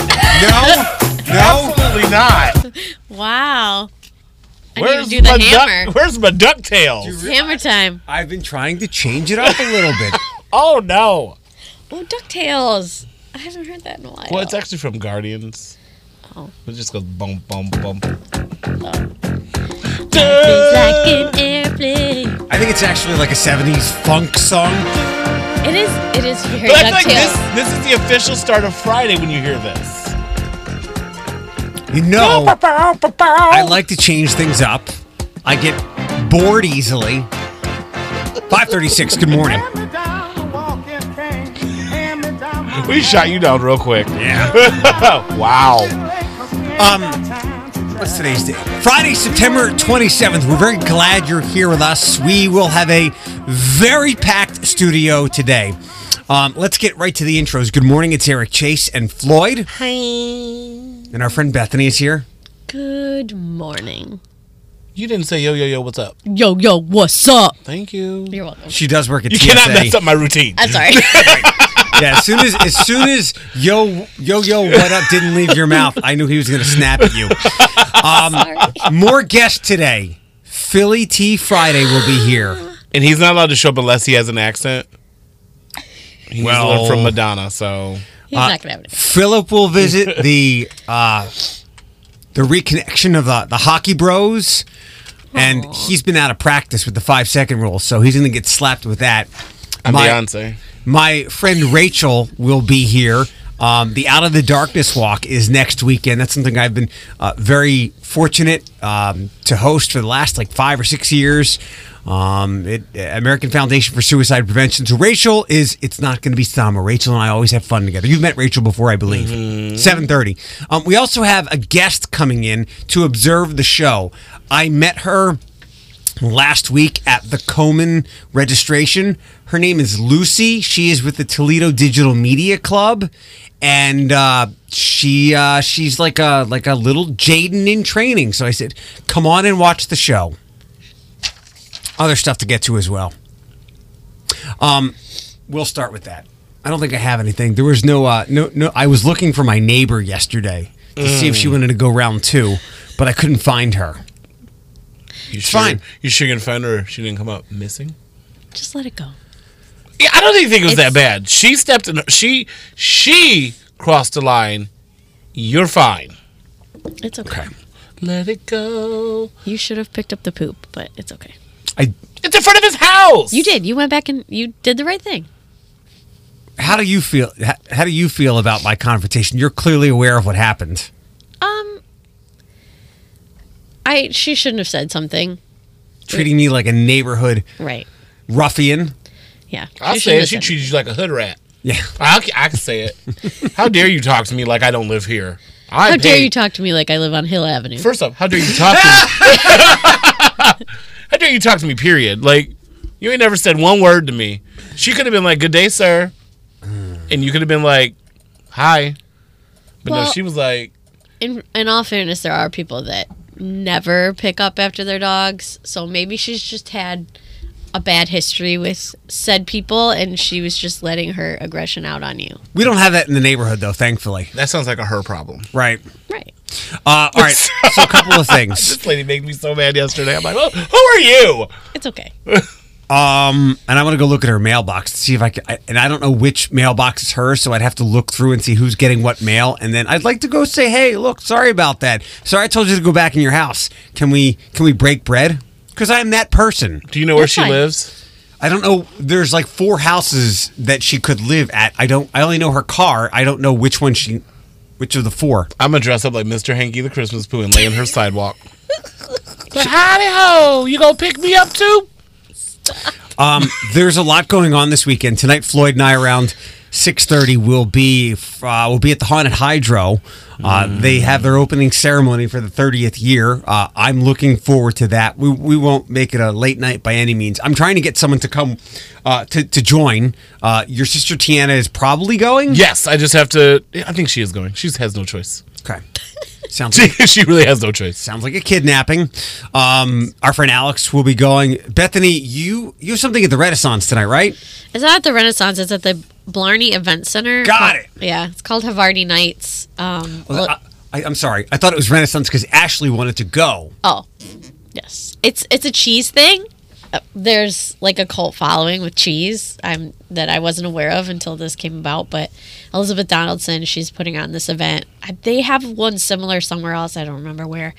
No, no, Absolutely not. Wow. I Where's need to do my the hammer. duck? Where's my ducktails? hammer time. I've been trying to change it up a little bit. Oh no! Oh, DuckTales. I haven't heard that in a while. Well, it's actually from Guardians. Oh. It just goes bump bump bump. Feels like an airplane. I think it's actually like a 70s funk song. It is. It is very But I feel like this DuckTales. this is the official start of Friday when you hear this. You know, I like to change things up. I get bored easily. 536, good morning. We shot you down real quick. Yeah. wow. Um, what's today's date? Friday, September 27th. We're very glad you're here with us. We will have a very packed studio today. Um, let's get right to the intros. Good morning. It's Eric Chase and Floyd. Hi. And our friend Bethany is here. Good morning. You didn't say yo yo yo. What's up? Yo, yo, what's up? Thank you. You're welcome. She does work at You TSA. cannot mess up my routine. I'm sorry. Yeah, as soon as as soon as yo yo yo what up didn't leave your mouth, I knew he was gonna snap at you. Um, more guests today. Philly Tea Friday will be here. And he's not allowed to show up unless he has an accent. He needs to Well- learn from Madonna. So He's not gonna have it. Philip will visit the uh, the reconnection of the, the hockey bros, and he's been out of practice with the five second rule, so he's gonna get slapped with that. I'm My- Beyonce. My friend Rachel will be here. Um, the Out of the Darkness Walk is next weekend. That's something I've been uh, very fortunate um, to host for the last like five or six years. Um, it, American Foundation for Suicide Prevention. So Rachel is. It's not going to be summer. Rachel and I always have fun together. You've met Rachel before, I believe. Seven thirty. Um, we also have a guest coming in to observe the show. I met her last week at the Komen registration. Her name is Lucy. She is with the Toledo Digital Media Club, and uh, she uh, she's like a like a little Jaden in training. So I said, "Come on and watch the show." Other stuff to get to as well. Um, we'll start with that. I don't think I have anything. There was no uh, no no. I was looking for my neighbor yesterday to see if she wanted to go round two, but I couldn't find her. You sure- fine. You sure can find her. She didn't come up missing. Just let it go. Yeah, I don't even think it was It's- that bad. She stepped in. She she crossed the line. You're fine. It's okay. Let it go. You should have picked up the poop, but it's okay. I It's in front of his house. You did. You went back and you did the right thing. how do you feel how, how do you feel about my confrontation you're clearly aware of what happened Um, I she shouldn't have said something. treating me like a neighborhood Right. ruffian Yeah. I she say shouldn't it. have She said treated you like a hood rat. yeah I, c- I can say it. how dare you talk to me like I don't live here? I How paid. dare you talk to me like I live on Hill Avenue? First off, how dare you talk to me? how dare you talk to me? Period. Like you ain't never said one word to me. She could have been like, "Good day, sir," Mm. and you could have been like, "Hi," but no, Well- she was like. in in all fairness, there are people that never pick up after their dogs, so maybe she's just had a bad history with said people, and she was just letting her aggression out on you. we don't have that in the neighborhood though thankfully That sounds like a her problem. right Right. uh, all right so a couple of things This lady made me so mad yesterday. I'm like, "Oh, who are you? It's okay. um and i want to go look at her mailbox to see if i can I, and i don't know which mailbox is hers so i'd have to look through and see who's getting what mail and then i'd like to go say hey look sorry about that sorry i told you to go back in your house can we can we break bread because i'm that person Do you know where That's she fine. lives? I don't know. There's like four houses that she could live at. I don't. I only know her car. I don't know which one she, which of the four. I'm gonna dress up like Mr. Hanky the Christmas poo and lay in her sidewalk. But howdy ho, you gonna pick me up too? Um, there's a lot going on this weekend. Tonight, Floyd and I around six thirty will be uh, will be at the Haunted Hydro. Uh, They have their opening ceremony for the thirtieth year. Uh, I'm looking forward to that. We, we won't make it a late night by any means. I'm trying to get someone to come uh, to to join. Uh, your sister Tiana is probably going. Yes, I just have to. I think she is going. She has no choice. Okay. Sounds. She, she really has no choice. Sounds like a kidnapping. Um, our friend Alex will be going. Bethany, you you have something at the Renaissance tonight, right? It's not at the Renaissance. It's at the Blarney Event Center. Got Uh, it. Yeah, it's called Havarti Nights. Um, well- I, I, I'm sorry. I thought it was Renaissance because Ashley wanted to go. oh, yes, it's it's a cheese thing. Uh, There's like a cult following with cheese I'm, that I wasn't aware of until this came about. But Elizabeth Donaldson, she's putting on this event. Uh, They have one similar somewhere else. I don't remember where.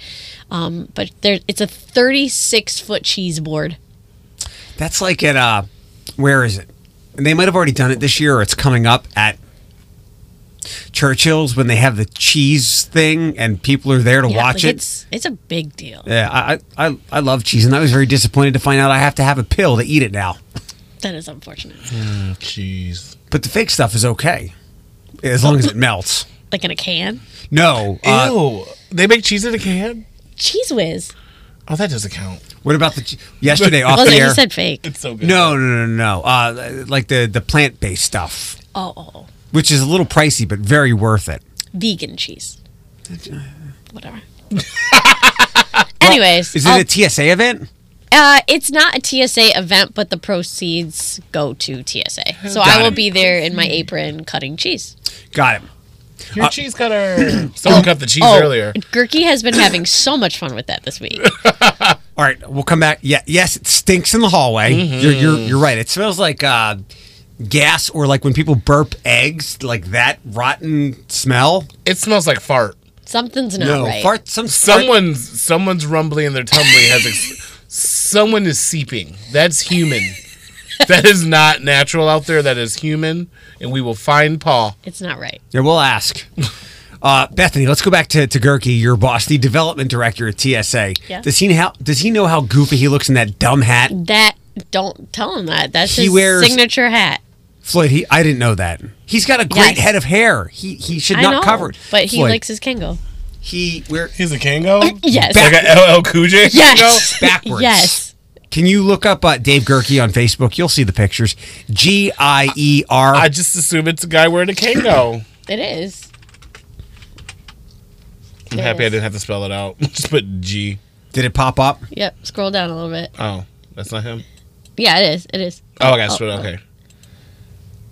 Um, but there, it's a 36 foot cheese board. That's like at uh, where is it? And they might have already done it this year, or it's coming up at Churchill's when they have the cheese thing, and people are there to Yeah, watch like, it. It's it's a big deal. Yeah, I, I I- I love cheese, and I was very disappointed to find out I have to have a pill to eat it now. That is unfortunate. Jeez. But the fake stuff is okay, as long as it melts. Like in a can, No, uh, Ew. They make cheese in a can? cheese whiz. Oh, that doesn't count. what about the che- yesterday off Was the it? air? You said fake. It's so good. no, no, no, no. Uh, like the the plant based stuff, Oh, oh, oh. which is a little pricey but very worth it. vegan cheese. Whatever. Anyways, Is I'll- it a TSA event? uh, it's not a TSA event, but the proceeds go to TSA. So Got I will it. be there in my apron cutting cheese. Got it. Your cheese cutter. uh, Oh. Someone cut the cheese earlier. Oh, Gurky has been having so much fun with that this week. All right, we'll come back. Yeah, yes, it stinks in the hallway. Mm-hmm. You're, you're you're right. It smells like uh, gas or like when people burp eggs, like that rotten smell. It smells like fart. Something's not No, right. fart. Some Someone's someone's rumbly in their tumbly has ex- someone is seeping. That's human. that is not natural out there. That is human, and we will find Paul. It's not right. Yeah, we'll ask. Uh, Bethany, let's go back to, to Gerke, your boss, the development director at TSA. Yeah. Does he how does he know how goofy he looks in that dumb hat? That don't tell him that. That's He his wears- signature hat. Floyd, he I didn't know that. He's got a great Yes. head of hair. He he should I not know, cover it. but he Floyd, likes his Kengo. he where He's a Kango. Yes. Like a LL Cool J Kango? yes. backwards. Yes. Can you look up uh, Dave Gerke on Facebook? You'll see the pictures. G I E I R. just assume it's a guy wearing a Kango. It is. I'm happy I didn't have to spell it out. just put G. Did it pop up? Yep. Scroll down a little bit. Oh, that's not him. Yeah, it is. It is. Oh, I got screwed. Okay.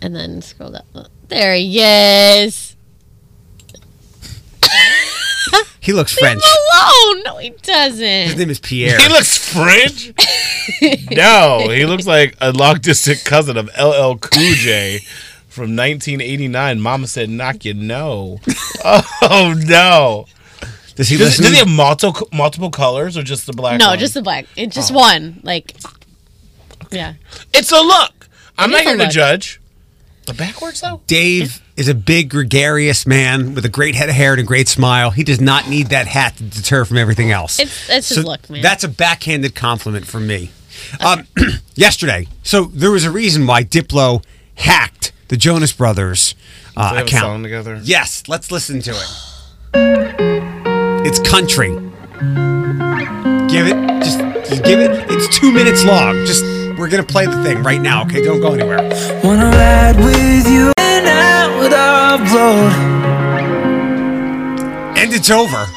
And then scroll down. There he is. He looks French. Alone. No, he His doesn't. name is Pierre. He looks French. no, he looks like a long distant cousin of LL Cool J from 1989. Mama said, "Knock you no." Oh no! Does he Does, listen? does he have multiple multiple colors or just the black? No, one? Oh. just the black. It just one. Like, yeah. it's a look. I'm It is not a here to look. judge. The backwards though. Dave is a big, gregarious man with a great head of hair and a great smile. He does not need that hat to deter from everything else. It's it's his look, man. That's a backhanded compliment from me. Um, yesterday, so there was a reason why Diplo hacked the Jonas Brothers uh, They have a account. song together. Yes, let's listen to it. It's country. Give it, just, just give it. It's two minutes long. Just, we're gonna play the thing right now. Okay, don't go anywhere. Wanna ride with you and out with our road. And it's over.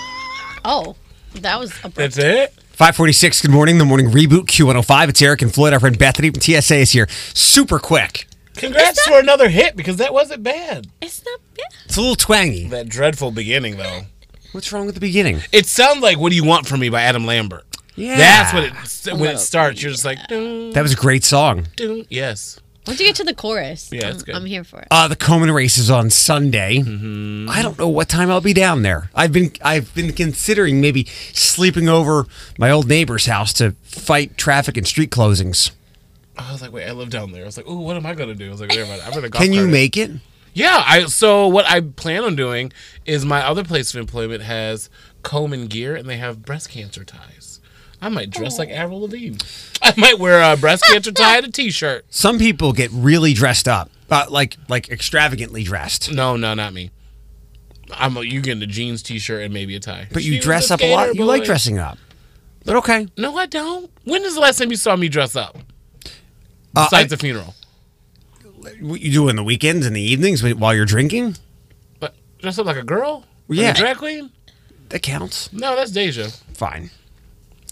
oh, that was a That's it. 546, good morning, the morning reboot, Q105. It's Eric and Floyd, our friend Bethany from TSA is here. Super quick. Congrats for another hit because that wasn't bad. It's not. Yeah. It's a little twangy. That dreadful beginning though. What's wrong with the beginning? It sounds like "What Do You Want From Me" by Adam Lambert. Yeah. That's what it when little- it starts. You're just like, dun, That was a great song. dun. yes. Once you get to the chorus, Yeah, I'm, it's good. I'm here for it. Uh, the Coman race is on Sunday. Mm-hmm. I don't know what time I'll be down there. I've been I've been considering maybe sleeping over my old neighbor's house to fight traffic and street closings. I was like, wait, I live down there. I was like, oh, what am I gonna do? I was like, never mind. I'm gonna golf Can you cart it. make it? Yeah. I so what I plan on doing is my other place of employment has comb and gear, and they have breast cancer ties. I might dress like Avril Lavigne. I might wear a breast cancer tie and a t-shirt. Some people get really dressed up, uh, like like extravagantly dressed. No, no, not me. I'm a, you get a jeans t-shirt and maybe a tie. But She you was dress up a skater lot. You like boy. dressing up. But okay. No, I don't. When is the last time you saw me dress up? Uh, Besides the funeral. what you do on the weekends and the evenings when- while you're drinking But dress up like a girl? Like Yeah. a drag queen? that counts No, that's Deja. fine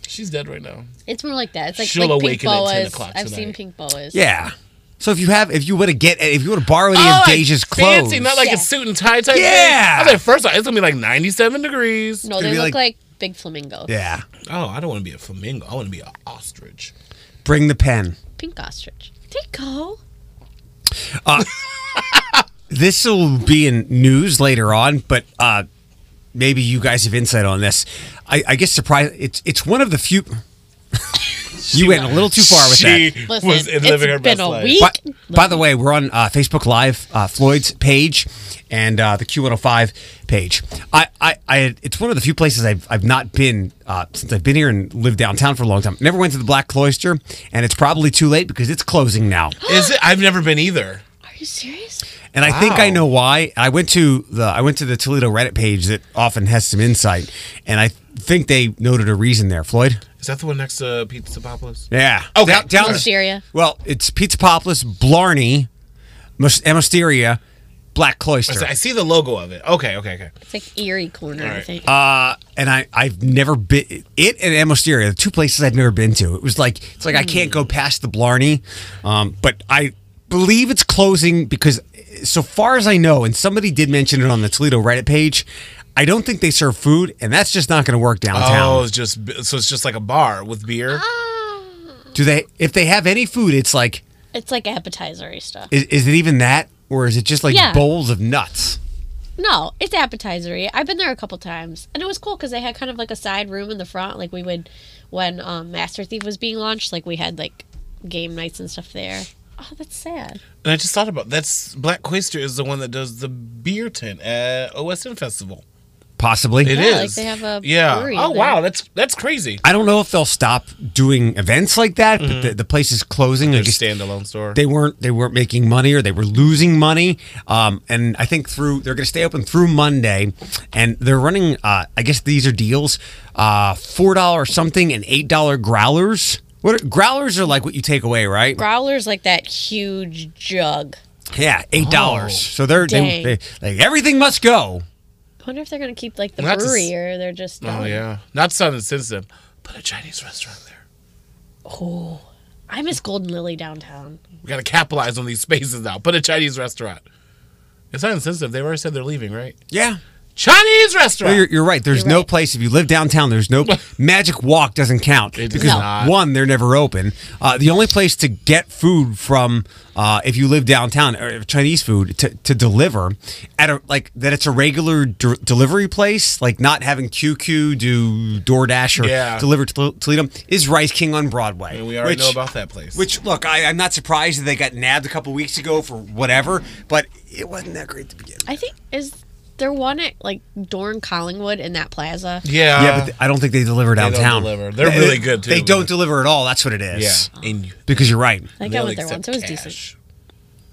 She's dead right now. It's more like that. It's like, She'll like pink awaken at 10 boas. o'clock I've seen tonight. pink boas. yeah So if you have, if you were to get, if you were to borrow any Oh, of like Deja's clothes, fancy, not like Yeah. a suit and tie type. Yeah. thing. I was like, first off, it's gonna be like 97 degrees. No, gonna they be look like, like- big flamingo. yeah, Oh, I don't want to be a flamingo. I want to be an ostrich. bring the pen. Pink ostrich. They go. This will be in news later on, but uh, maybe you guys have insight on this. I, I guess surprise. It's it's one of the few. you went a little too far with that. she Listen, was in living her it's been best a life. week. But, by the way, we're on uh, Facebook Live, uh, Floyd's page, and uh, the Q105 page. I, I, I, it's one of the few places I've, I've not been uh, since I've been here and lived downtown for a long time. Never went to the Black Cloister, and it's probably too late because it's closing now. Is it? I've never been either. Are you serious? And I think I Wow. know why. I went to the I went to the Toledo Reddit page that often has some insight, and I think they noted a reason there. Floyd. Is that the one next to Pizza Popolis? Yeah. Okay. Down, down the- Osteria. Well, it's Pizza Popolis, Blarney, Mus- Amosteria, Black Cloister. I see the logo of it. Okay, okay, okay. It's like eerie corner, I right. Uh, think. and I I've never been it and Amosteria, the two places I've never been to. It was like it's like I can't go past the Blarney, um, but I believe it's closing because, so far as I know, and somebody did mention it on the Toledo Reddit page. I don't think they serve food, and that's just not going to work Oh, downtown. it's just so it's just like a bar with beer. Uh-huh. Oh. Do they? If they have any food, it's like Ah! it's like appetizery stuff. is, is it even that, or is it just like Yeah. bowls of nuts? No, it's appetizery. I've been there a couple times, and it was cool because they had kind of like a side room in the front. Like we would, when um, Master Thief was being launched, like we had like game nights and stuff there. Oh, that's sad. And I just thought about that's Black Cloister is the one that does the beer tent at OSN Festival. Possibly. It is. Yeah, like they have a yeah. brewery Oh there. wow, that's that's crazy. I don't know if they'll stop doing events like that, Mm-hmm. but the, the place is closing. I Your guess standalone store. they weren't they weren't making money or they were losing money um, and i think through they're going to stay open through monday and they're running uh, i guess these are deals uh, four dollar something and eight dollar growlers what are, growlers are like what you take away right Growlers like that huge jug. yeah eight dollars so they're they, Dang. they, like everything must go I wonder if they're gonna keep like the Well, that's a brewery s- or they're just. oh done. yeah, not Sun and Simpson, but a Chinese restaurant there. Oh, I miss Golden Lily downtown. We got to capitalize on these spaces now. Put a Chinese restaurant. It's not insensitive. They already said they're leaving, right? yeah Chinese restaurant. No, you're, you're right. There's You're no right. place if you live downtown. There's no Magic Walk doesn't count It does because not. one, they're never open. Uh, the only place to get food from, uh, if you live downtown, or Chinese food to, to deliver at a like that, it's a regular de- delivery place, like not having QQ do DoorDash or Yeah. deliver to Toledo is Rice King on Broadway. and we already which- know about that place. Which look, I, I'm not surprised that they got nabbed a couple weeks ago for whatever, but it wasn't that great to begin. with. I think is there one at like Dorn Collingwood in that plaza. yeah, yeah, but I don't think they deliver Uh, don't downtown. deliver. They're really good, too, They but- don't deliver at all. That's what it is. yeah. And you, Because you're right. I think I they'll went there once. accept It was cash. decent.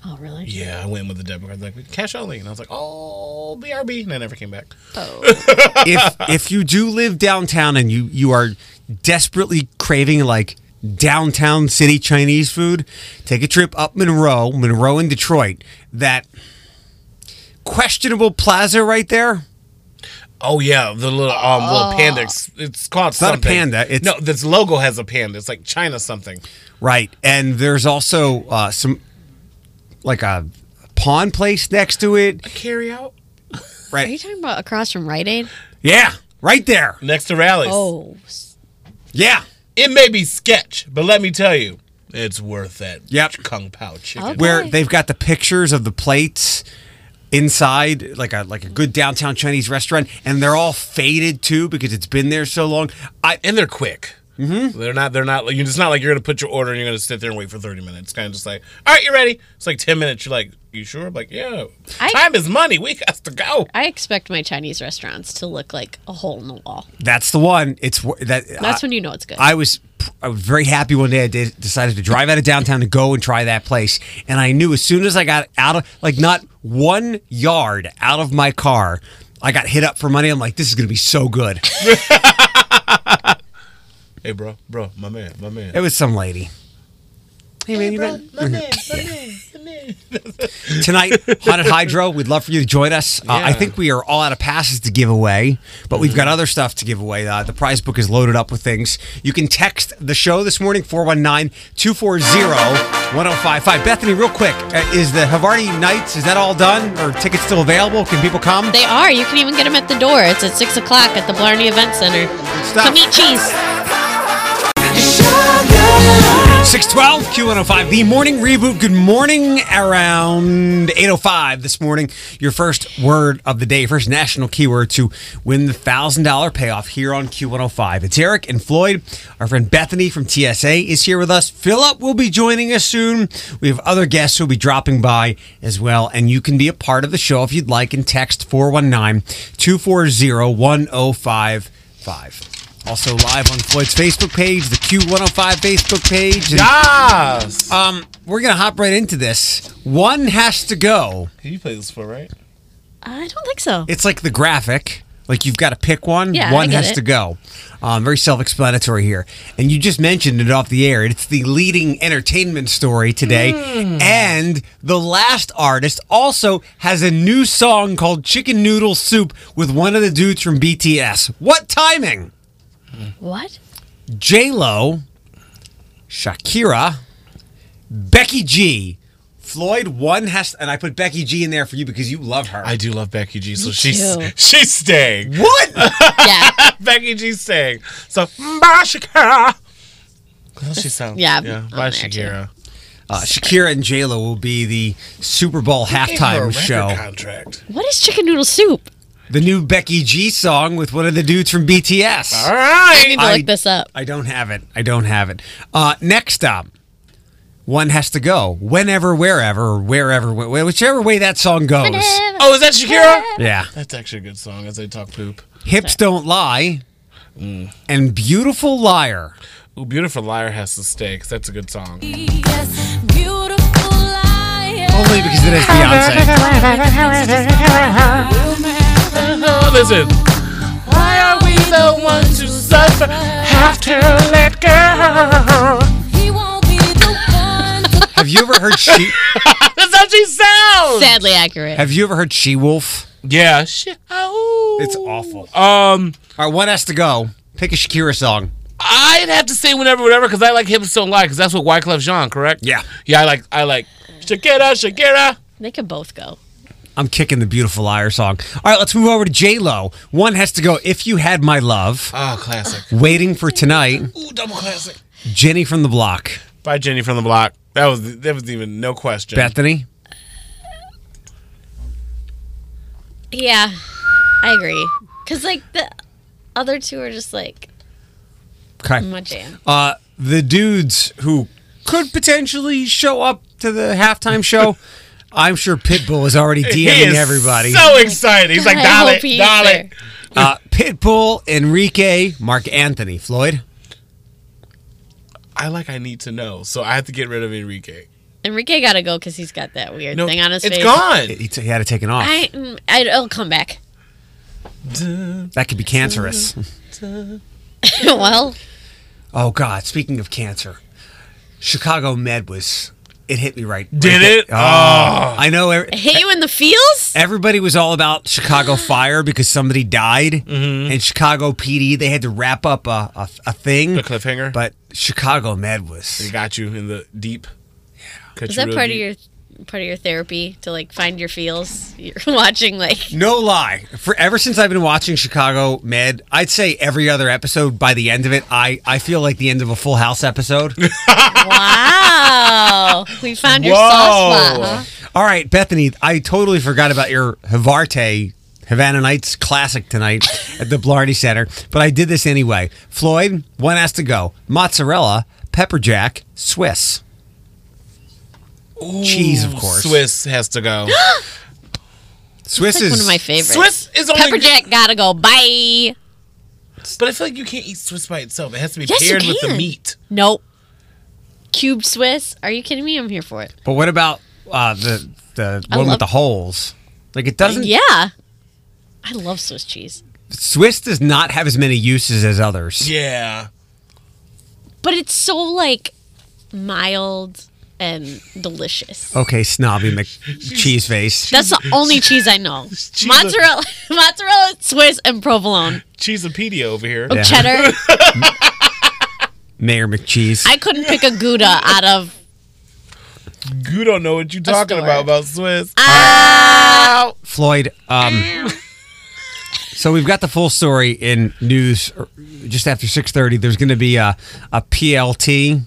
Oh really? Yeah, I went with the debit card. Like cash only, and I was like, oh, brb, and I never came back. Oh, if if you do live downtown and you you are desperately craving like downtown city Chinese food, take a trip up Monroe, Monroe in Detroit. That questionable plaza right there. Oh yeah, the little um little Oh. panda. It's, it's called not a something. panda, it's- no, this logo has a panda. It's like China something. Right. And there's also uh, some like a pawn place next to it. Carry out are you Right. talking about across from Rite Aid? Yeah. Right there. next to rallies. Oh, Yeah. It may be sketch, but let me tell you, it's worth that. Yep. kung pao chicken. Okay. where Why? they've got the pictures of the plates inside like a like a good downtown Chinese restaurant and they're all faded too because it's been there so long. I and they're quick. Mm-hmm. They're not. They're not. Like, it's not like you're gonna put your order and you're gonna sit there and wait for thirty minutes. Kind of just like, all right, you're ready. It's like ten minutes. You're like, you sure? I'm like, yeah. I- Time is money. We got to go. I expect my Chinese restaurants to look like a hole in the wall. that's the one. It's wh- that That's I, when you know it's good. I was I was very happy one day I did, decided to drive out of downtown to go and try that place and I knew as soon as I got out of like not 1 yard out of my car I got hit up for money. I'm like, this is gonna be so good. Hey, bro, bro, my man, my man. It was some lady. Hey, man, you got tonight, Haunted Hydro. We'd love for you to join us. Uh, I Yeah. think we are all out of passes to give away, but we've got other stuff to give away. Uh, the prize book is loaded up with things. You can text the show this morning, 419 240 1055. Bethany, real quick, uh, is the Havarti Nights, is that all done? Or tickets still available? Can people come? They are. You can even get them at the door. It's at 6 o'clock at the Blarney Event Center. stuff. Come eat cheese. 612 Q105, the morning reboot. Good morning around 805 this morning. Your first word of the day, first national keyword to win the $1,000 payoff here on Q105. It's Eric and Floyd. Our friend Bethany from TSA is here with us. Philip will be joining us soon. We have other guests who will be dropping by as well. And you can be a part of the show if you'd like and text 419 240 1055. Also live on Floyd's Facebook page, the Q105 Facebook page. And, Yes. um, we're gonna hop right into this. One has to go. you play this for right? I don't think so. It's like the graphic. Like you've got to pick one. Yeah, I one get has it. to go. Um, very self-explanatory here. And you just mentioned it off the air. It's the leading entertainment story today, Hmm. and the last artist also has a new song called "Chicken Noodle Soup" with one of the dudes from BTS. What timing? What? J Lo, Shakira, Becky G. Floyd one has, and I put Becky G in there for you because you love her. I do love Becky G, so she's too. she's staying. what? Yeah. Becky G's staying. So bye Shakira. How she sounds? Yeah, yeah I'm bye there, too. Shakira. Uh, Shakira and J Lo will be the Super Bowl Gave her a halftime record show. Contract. What is chicken noodle soup? The new Becky G song with one of the dudes from BTS. All right. I need to I- look this up. I don't have it. I don't have it. Uh, next up, one has to go. Whenever, wherever, or wherever, wh- whichever way that song goes. Oh, is that Shakira? Yeah. That's actually a good song as I talk poop. Hips Don't Lie, Mm. and Beautiful Liar. Ooh, Beautiful Liar has to stay because that's a good song. Only because it is Beyonce. Oh, listen. Why are we the ones who suffer? Have to let go. Have you ever heard she? That's how she sounds. Sadly accurate. Have you ever heard She Wolf? Yeah. She- oh. It's awful. Um, All right, one has to go. Pick a Shakira song. I'd have to say whenever, whatever, because I like hips don't lie, because that's what Wyclef Jean, correct? Yeah. Yeah, I like, I like Shakira, Shakira. They could both go. I'm kicking the Beautiful Liar song. All right, let's move over to J Lo. One has to go. If you had my love, Oh, classic. waiting for tonight. Ooh, double classic. Jenny from the Block. By Jenny from the Block. That was that was even no question. Bethany. Yeah, I agree. Cause like the other two are just like Okay. Oh my jam. Uh, the dudes who could potentially show up to the halftime show. I'm sure Pitbull is already He DMing is everybody. So excited. He's like, I Dolly, hope he's Dolly. there. Uh, Pitbull, Enrique, Mark Anthony, Floyd. I like I need to know, so I have to get rid of Enrique. Enrique gotta go because he's got that weird No, thing on his it's face. gone. He, he had it taken off. I, mm, I it'll come back. that could be cancerous. Mm-hmm. well, Oh God! Speaking of cancer, Chicago Med was. It hit me right. Did right it? Ah. there. Oh, I know. Every, hit you in the feels. everybody was all about Chicago fire because somebody died, Mm-hmm. and Chicago PD they had to wrap up a, a, a thing. The cliffhanger. But Chicago Med It was. got you in the deep. Yeah. Is that part of your part of your therapy to like find your feels? You're watching like No lie. For ever since I've been watching Chicago Med, I'd say every other episode by the end of it, I, I feel like the end of a Full House episode. wow, we found your Whoa. soft spot. Huh? All right, Bethany, I totally forgot about your Havarte Havana Nights classic tonight at the Blarney Center, but I did this anyway. Floyd, one has to go. Mozzarella, pepper jack, Swiss. Cheese, of course. Swiss has to go. Swiss is Like one of my favorites. Swiss is only Pepper Jack gotta go. Bye. but I feel like you can't eat Swiss by itself. It has to be Yes, you paired with the can. meat. Nope. Cube Swiss? Are you kidding me? I'm here for it. But what about uh, the the I one with love- the holes? Like it Mm. doesn't. Yeah. I love Swiss cheese. Swiss does not have as many uses as others. Yeah. But it's so like mild and delicious. Okay, snobby McCheese face. That's the only cheese I know. She's a- mozzarella, mozzarella, Swiss, and provolone. Cheesepedia over here. Oh, Yeah. cheddar. Mayor McCheese. I couldn't pick a Gouda out of. You don't know what you're talking store. about about Swiss. Ah! Floyd. Um, so we've got the full story in news er, just after six thirty. There's going to be a, a PLT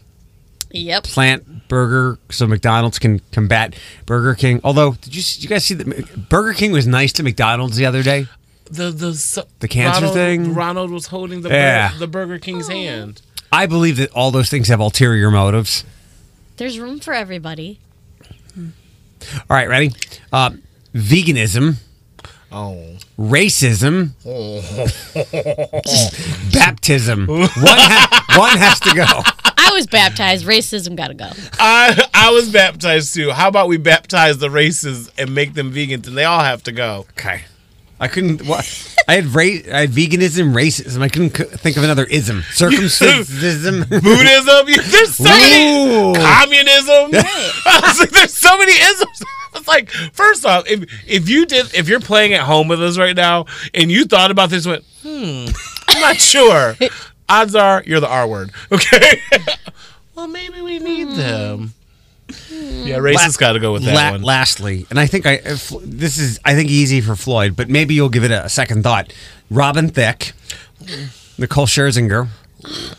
Yep. plant burger, so McDonald's can combat Burger King. Although, did you did you guys see that Burger King was nice to McDonald's the other day? The the s- The cancer Ronald, thing? Ronald was holding the Yeah. bur- the Burger Oh. King's hand. I believe that all those things have ulterior motives. There's room for everybody. All right, ready? Uh, veganism, Oh. racism, baptism. One, ha- one has to go. I was baptized. Racism gotta go. I I was baptized too. How about we baptize the races and make them vegans and they all have to go? Okay. I couldn't. What? I had ra- I had veganism, racism. I couldn't c- think of another ism. Circumcision. Buddhism? There's so many. Ooh. Communism? I was like, there's so many isms. I was like, first off, if if you did if you're playing at home with us right now and you thought about this, went, hmm, I'm not sure. Odds are you're the R word. Okay. well, maybe we need them. Yeah, racist got to go with that Hmm. La- one. Lastly, and I think I if, this is I think easy for Floyd, but maybe you'll give it a, a second thought. Robin Thicke, Nicole Scherzinger,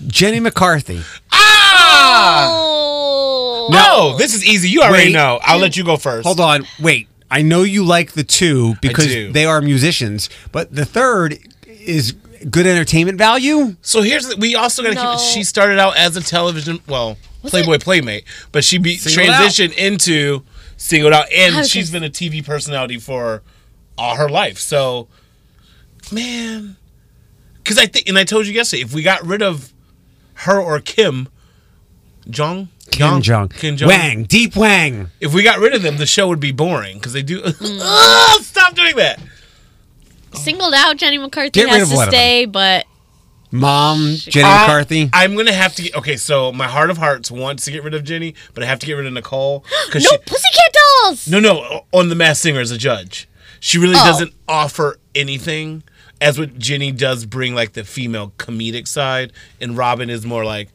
Jenny McCarthy. Ah. Oh. no, this is easy. You already Wait. know. I'll let you go first. Hold on, wait. I know you like the two because do. they are musicians, but the third is good entertainment value. So here's the, we also got to No. keep. She started out as a television, well, Playboy Playmate, but she be, Singled out. transitioned into singled out, I and was she's just- been a TV personality for all her life. So, man, because I think, and I told you yesterday, if we got rid of her or Kim Jong. Kim Jong, Kim Jong. Wang, Deep Wang. If we got rid of them, the show would be boring because they do. Ugh, stop doing that. Singled out Jenny McCarthy Get rid has of to one of them. stay, but Mom, Jenny Uh, McCarthy. I'm gonna have to. Okay, so my heart of hearts wants to get rid of Jenny, but I have to get rid of Nicole because no she. pussycat dolls. No, no, on the Mass Singer as a judge, she really Oh. doesn't offer anything. As what Jenny does bring, like the female comedic side, and Robin is more like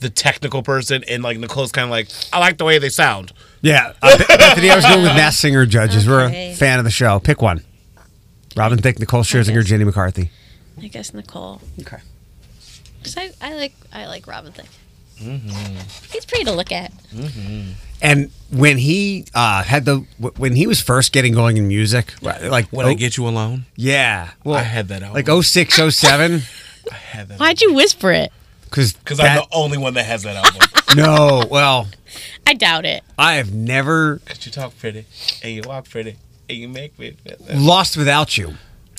the technical person, and like Nicole's kind of like, I like the way they sound. Yeah, uh, Beth- Bethany, I was going with Mass Singer judges. We're Okay. a fan of the show. Pick one: Robin Thicke, Nicole Scherzinger, Jenny McCarthy. I guess Nicole. Okay. Cause I, I like I like Robin Thicke. Mm-hmm. He's pretty to look at. And when he uh, had the wh- when he was first getting going in music, wh- like oh, you alone, yeah, well, I had that album. like 06, 07. I had that Why'd you whisper it? because because I'm the only one that has that album. no, well, I doubt it. I have never Cause you talk pretty and you walk pretty and you make me. lost without you.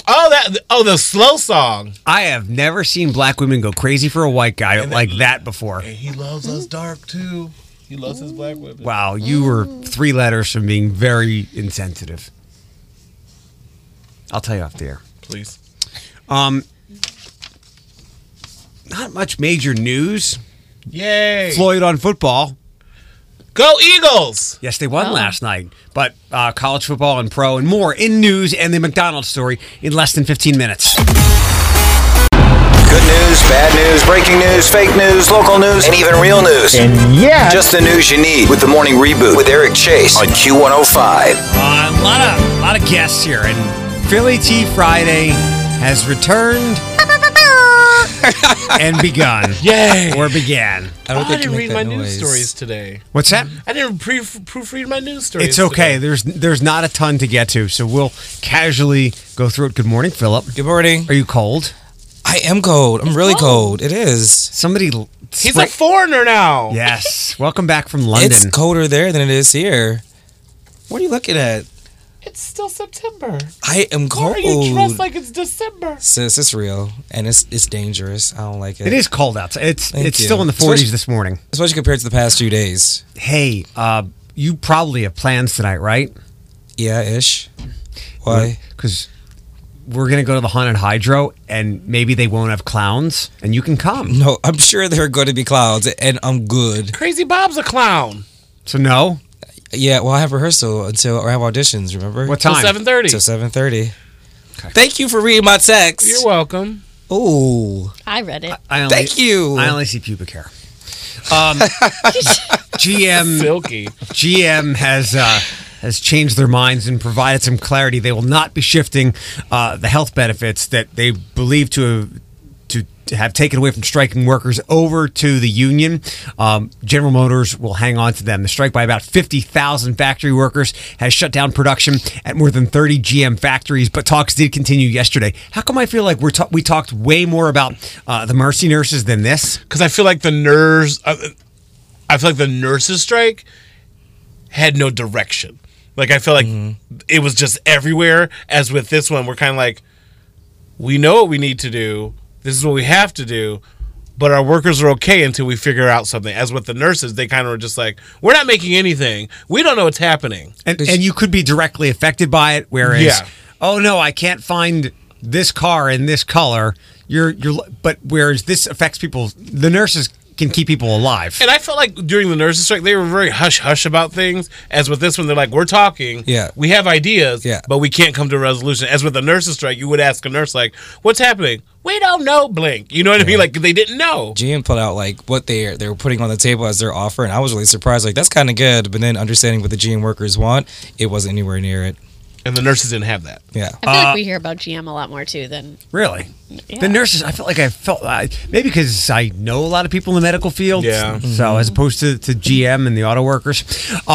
Oh, that oh the slow song. I have never seen black women go crazy for a white guy like that before. And he loves us dark too. He loves his black women. Wow, you were three letters from being very insensitive. I'll tell you off the air. Please. Um, not much major news. Yay. Floyd on football. Go Eagles. Yes, they won Oh. last night. But uh, college football and pro and more in news and the McDonald's story in less than 15 minutes. Good news, bad news, breaking news, fake news, local news, and even real news. And yeah. Just the news you need with the morning reboot with Eric Chase on Q105. Uh, a lot of lot of guests here, and Philly Tea Friday has returned and begun Yay. or began. I Oh, don't I think you didn't make read that my noise. news stories today. What's that? I didn't pre- proofread my news stories. It's okay. today. There's there's not a ton to get to, so we'll casually go through it. Good morning, Philip. Good morning. Are you cold? I am cold. I'm really cold. cold. It is. Somebody. l- He's spray- a foreigner Mm. now. yes. Welcome back from London. It's colder there than it is here. What are you looking at? It's still September. I am Why cold. are you dressed like it's December? Sis, it's real and it's it's dangerous. I don't like it. It is cold outside. It's Thank it's you. still in the It's what- 40s this morning. especially compared to the past few days. Hey, uh, you probably have plans tonight, right? Yeah, ish. Why? Because we're gonna go to the haunted hydro, and maybe they won't have clowns, and you can come. No, I'm sure there are going to be clouds, and I'm good. Crazy Bob's a clown. So no. Yeah, well, I have rehearsal until or I have auditions. Remember? What Till time? seven thirty. Till seven thirty. Thank you for reading my text. You're welcome. Ooh, I read it. I only, thank you. I only see pubic hair. Um, GM Silky. GM has uh, has changed their minds and provided some clarity. They will not be shifting uh, the health benefits that they believe to have. To to have taken away from striking workers over to the union. Um, General Motors will hang on to them. The strike by about 50,000 factory workers has shut down production at more than 30 GM factories, but talks did continue yesterday. How come I feel like we're ta- we talked way more about uh, the mercy nurses than this? because I feel like the nurse, I, I feel like the nurses' strike had no direction. Like I feel like it was just everywhere. As with this one, we're kind of like, we know what we need to do. This is what we have to do. But our workers are okay until we figure out something. As with the nurses, they kind of were just like, we're not making anything. We don't know what's happening. and, and you could be directly affected by it. Whereas, Yeah. oh no, I can't find this car in this color. You're you're, but whereas this affects people, the nurses can keep people alive. And I felt like during the nurses' strike, they were very hush hush about things. As with this one, they're like, "We're talking, Yeah. we have ideas, Yeah. but we can't come to a resolution." As with the nurses' strike, you would ask a nurse like, "What's happening?" We don't know, blink. You know what I mean? Like they didn't know. GM put out like what they they were putting on the table as their offer, and I was really surprised. Like that's kind of good, but then understanding what the GM workers want, it wasn't anywhere near it. And the nurses didn't have that. Yeah, Uh, I feel like we hear about GM a lot more too than Really, Yeah. the nurses. I felt like I felt I, maybe because I know a lot of people in the medical field. Yeah. So as opposed to, to GM and the auto workers,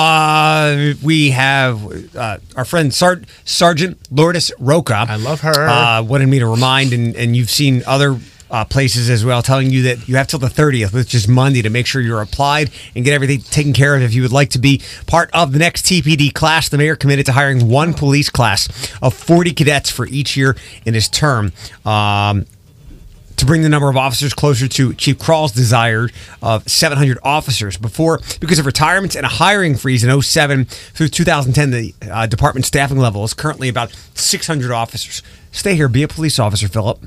uh, we have uh, our friend Sar- Sergeant Lourdes Roca. I love her. Uh, wanted me to remind, and, and you've seen other uh, places as well, telling you that you have till the 30th, which is Monday, to make sure you're applied and get everything taken care of if you would like to be part of the next TPD class. The mayor committed to hiring one police class of 40 cadets for each year in his term. Um, to bring the number of officers closer to Chief Crawl's desire of 700 officers. Before, because of retirements and a hiring freeze in 07 through 2010, the uh, department staffing level is currently about 600 officers. Stay here, be a police officer, Philip.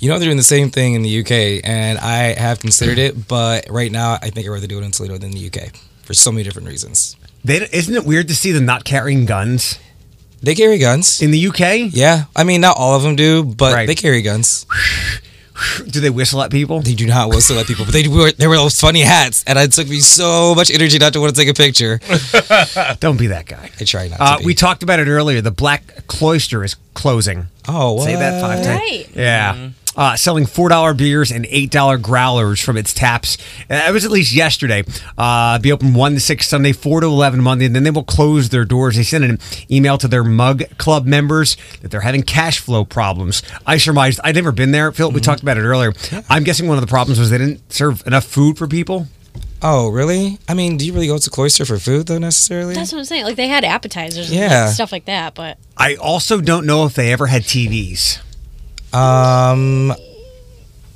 you know they're doing the same thing in the UK, and I have considered it, but right now I think I'd rather do it in Toledo than the UK for so many different reasons. They, isn't it weird to see them not carrying guns They carry guns. in the UK? Yeah, I mean not all of them do, but Right. they carry guns. Do they whistle at people? They do not whistle at people, but they were they were those funny hats, and it took me so much energy not to want to take a picture. Uh, Don't be that guy. I try not. Uh, to be. we talked about it earlier. The Black Cloister is closing. oh, what? Say that five times. Right. Yeah. Uh, selling four dollar beers and eight dollar growlers from its taps. Uh, That was at least yesterday. Uh, be open one to six Sunday, four to eleven Monday, and then they will close their doors. They sent an email to their Mug Club members that they're having cash flow problems. I surmised I'd never been there. Phil, we talked about it earlier. I'm guessing one of the problems was they didn't serve enough food for people. Oh, really? I mean, do you really go to cloister for food though necessarily? that's what I'm saying. Like they had appetizers and Yeah. stuff like that, but I also don't know if they ever had TVs. Um,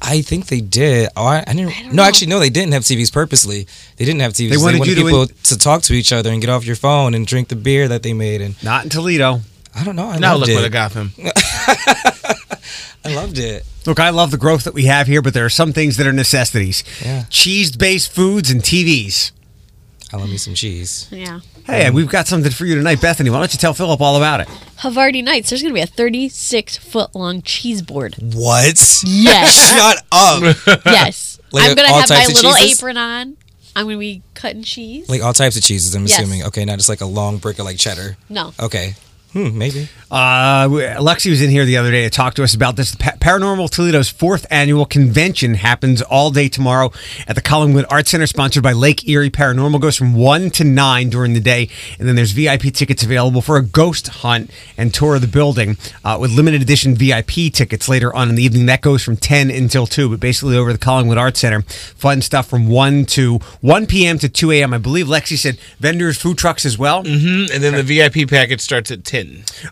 I think they did. Oh, I, I didn't. no, know. actually, no, they didn't have TVs purposely. They didn't have TVs. They wanted wanted, you to people en- to talk to each other and get off your phone and drink the beer that they made. And Not in Toledo. I don't know. I Now loved look it. what I got them. I loved it. Look, I love the growth that we have here, but there are some things that are necessities. Yeah. Cheese-based foods and TVs. I love me some cheese. yeah. Hey, we've got something for you tonight, Bethany. Why don't you tell Philip all about it? Havarti Nights, there's gonna be a thirty six foot long cheese board. What? Yes. Shut up. yes. Like I'm gonna all have my types of little cheeses? apron on. I'm gonna be cutting cheese. like all types of cheeses. I'm Yes. assuming. Okay, not just like a long brick of like cheddar. no. Okay. Hmm. Maybe. Uh, we- Lexi was in here the other day to talk to us about this. The Pa- Paranormal Toledo's fourth annual convention happens all day tomorrow at the Collingwood Arts Center, sponsored by Lake Erie Paranormal. Goes from one to nine during the day, and then there's VIP tickets available for a ghost hunt and tour of the building uh, with limited edition VIP tickets later on in the evening. That goes from ten until two, but basically over at the Collingwood Arts Center. Fun stuff from one to one p.m. to two a.m. I believe Lexi said vendors, food trucks as well. Mm, And then the VIP package starts at ten.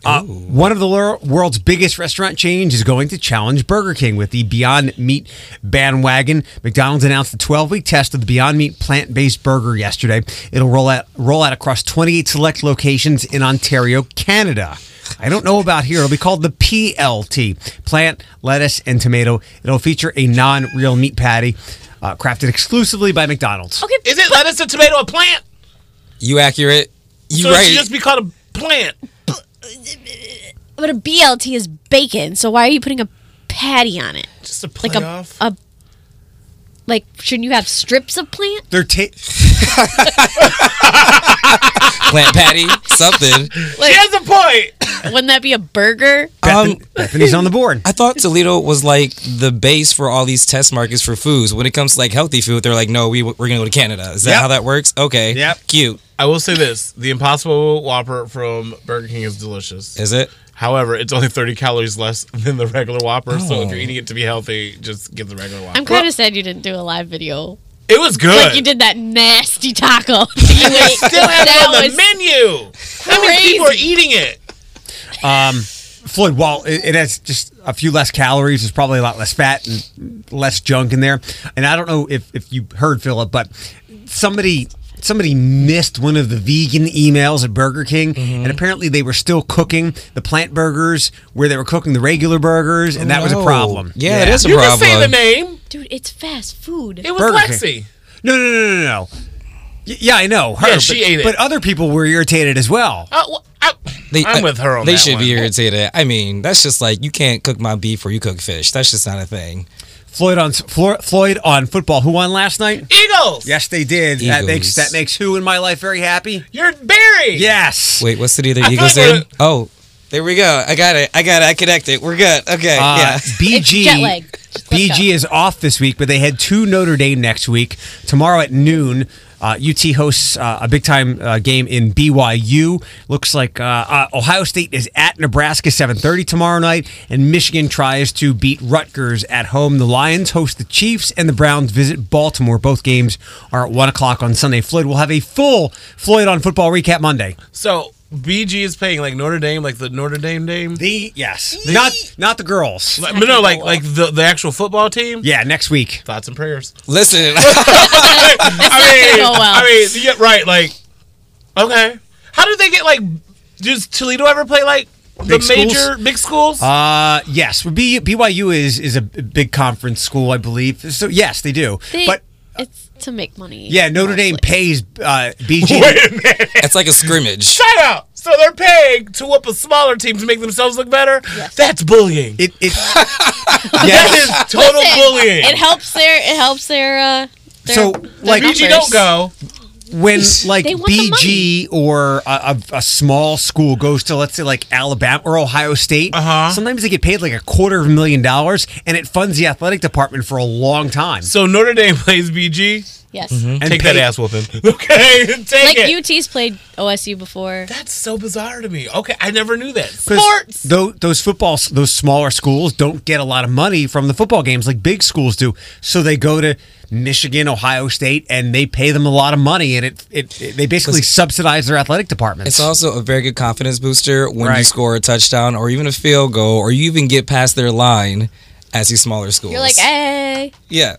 Uh, one of the lor- world's biggest restaurant chains is going to challenge Burger King with the Beyond Meat bandwagon. McDonald's announced the 12-week test of the Beyond Meat plant-based burger yesterday. It'll roll out roll out across 28 select locations in Ontario, Canada. I don't know about here. It'll be called the PLT, plant, lettuce, and tomato. It'll feature a non-real meat patty uh, crafted exclusively by McDonald's. Okay. Is it lettuce, a tomato, a plant? You accurate. You So it right. should just be called a plant. But a BLT is bacon, so why are you putting a patty on it? Just a Like a, playoff. a like shouldn't you have strips of plant? They're ta- Plant patty. Something. she has a point. Wouldn't that be a burger? Um, Bethany's on the board. I thought Toledo was like the base for all these test markets for foods. When it comes to like healthy food, they're like, no, we we're gonna go to Canada. Is that Yep. how that works? Okay. Yep. Cute. I will say this: the Impossible Whopper from Burger King is delicious. Is it? However, it's only 30 calories less than the regular Whopper. So if Oh. you're eating it to be healthy, just get the regular Whopper. I'm kind of sad you didn't do a live video. it was good. Like you did that nasty taco. You ate. Still have that it on the was menu. How many people are eating it? Floyd, while it, it has just a few less calories, there's probably a lot less fat and less junk in there. And I don't know if, if you heard Philip, but somebody somebody missed one of the vegan emails at Burger King, Mm-hmm. and apparently they were still cooking the plant burgers where they were cooking the regular burgers, and that was a No. problem. Oh, Yeah, it is a You can problem. say the name. dude. It's fast food. It was Burger Lexi. King. No, no, no, no, no. Y- Yeah, I know. Her, Yeah, she but, ate it. But other people were irritated as well. Uh, well, I, They- am with her on They that should be one. irritated. I mean, that's just like you can't cook my beef or you cook fish. That's just not a thing. Floyd on Flo- Floyd on football. Who won last night? Eagles. Yes, they did. That makes Eagles. that makes who in my life very happy. You're Barry. Yes. Wait, what city are I the Eagles thought in? it- Oh, there we go. I got it. I got it. I connected. We're good. Okay. Uh, yeah. It's BG jet lag. Just let it BG is off this week, but they head to Notre Dame next week. Tomorrow at noon, uh, UT hosts uh, a big time uh, game in BYU. Looks like uh, uh, Ohio State is at Nebraska 7:30 tomorrow night, and Michigan tries to beat Rutgers at home. The Lions host the Chiefs, and the Browns visit Baltimore. Both games are at one o'clock on Sunday. Floyd will have a full Floyd on football recap Monday. So BG is playing like Notre Dame, like the Notre Dame Dame. The yes, not not the girls. Like- but no, like like the, the actual football team. Yeah, next week. Thoughts and prayers. Listen, Oh, I mean, go well. I mean, yeah, right. Like, okay. How did they get like? Does Toledo ever play like the Big schools? major big schools? Uh, yes. Well, B- BYU is is a big conference school, I believe. So yes, they do. They- but it's to make money. yeah, Notre Dame mostly. pays uh, BG. Wait a minute. it's like a scrimmage. Time out. So they're paying to whoop a smaller team to make themselves look better. That's bullying. It it that yes. is total Listen, bullying. It helps their. It helps their. Uh, their So, their like- BG numbers. don't go. when like They want the BG or a, a, a small school goes to let's say like Alabama or Ohio State. Uh-huh. Sometimes they get paid like a quarter of a million dollars, and it funds the athletic department for a long time. So Notre Dame plays BG. Yes. And take pay- that ass whooping. Okay, take Like it. UT's played OSU before. That's so bizarre to me. Okay, I never knew that. 'Cause Sports. tho- those football, those smaller schools don't get a lot of money from the football games like big schools do. So they go to Michigan, Ohio State, and they pay them a lot of money, and it, it, it- they basically subsidize their athletic departments. It's also a very good confidence booster when Right. you score a touchdown or even a field goal or you even get past their line as these smaller schools. You're like, hey. yeah.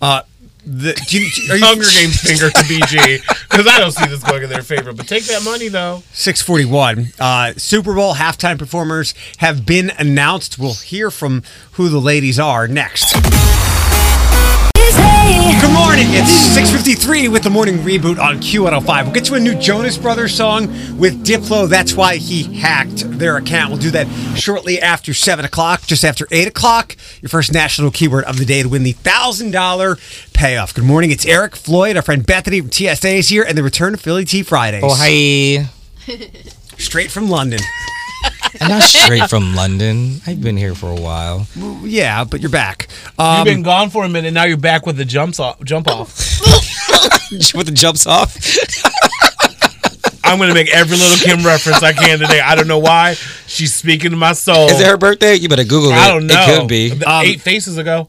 Uh, The- do you- are you- Hunger Games finger to BG because I don't see this going in their favor. But take that money though. 641. Uh, Super Bowl halftime performers have been announced. We'll hear from who the ladies are next. Good morning. It's 6.53 with the morning reboot on Q105. We'll get you a new Jonas Brothers song with Diplo. That's why he hacked their account. We'll do that shortly after 7 o'clock, just after 8 o'clock. Your first national keyword of the day to win the $1,000 payoff. Good morning. It's Eric Floyd. Our friend Bethany from TSA is here and the return of Philly Tea Fridays. Oh, hi. Straight from London. I'm not straight from London. I've been here for a while. Yeah, but you're back. Um, You've been gone for a minute. Now you're back with the jumps off. Jump off. With the jumps off. I'm gonna make every little Kim reference I can today. I don't know why she's speaking to my soul. Is it her birthday? You better Google it. Oh. I don't know. It could be. The Um, Eight faces ago.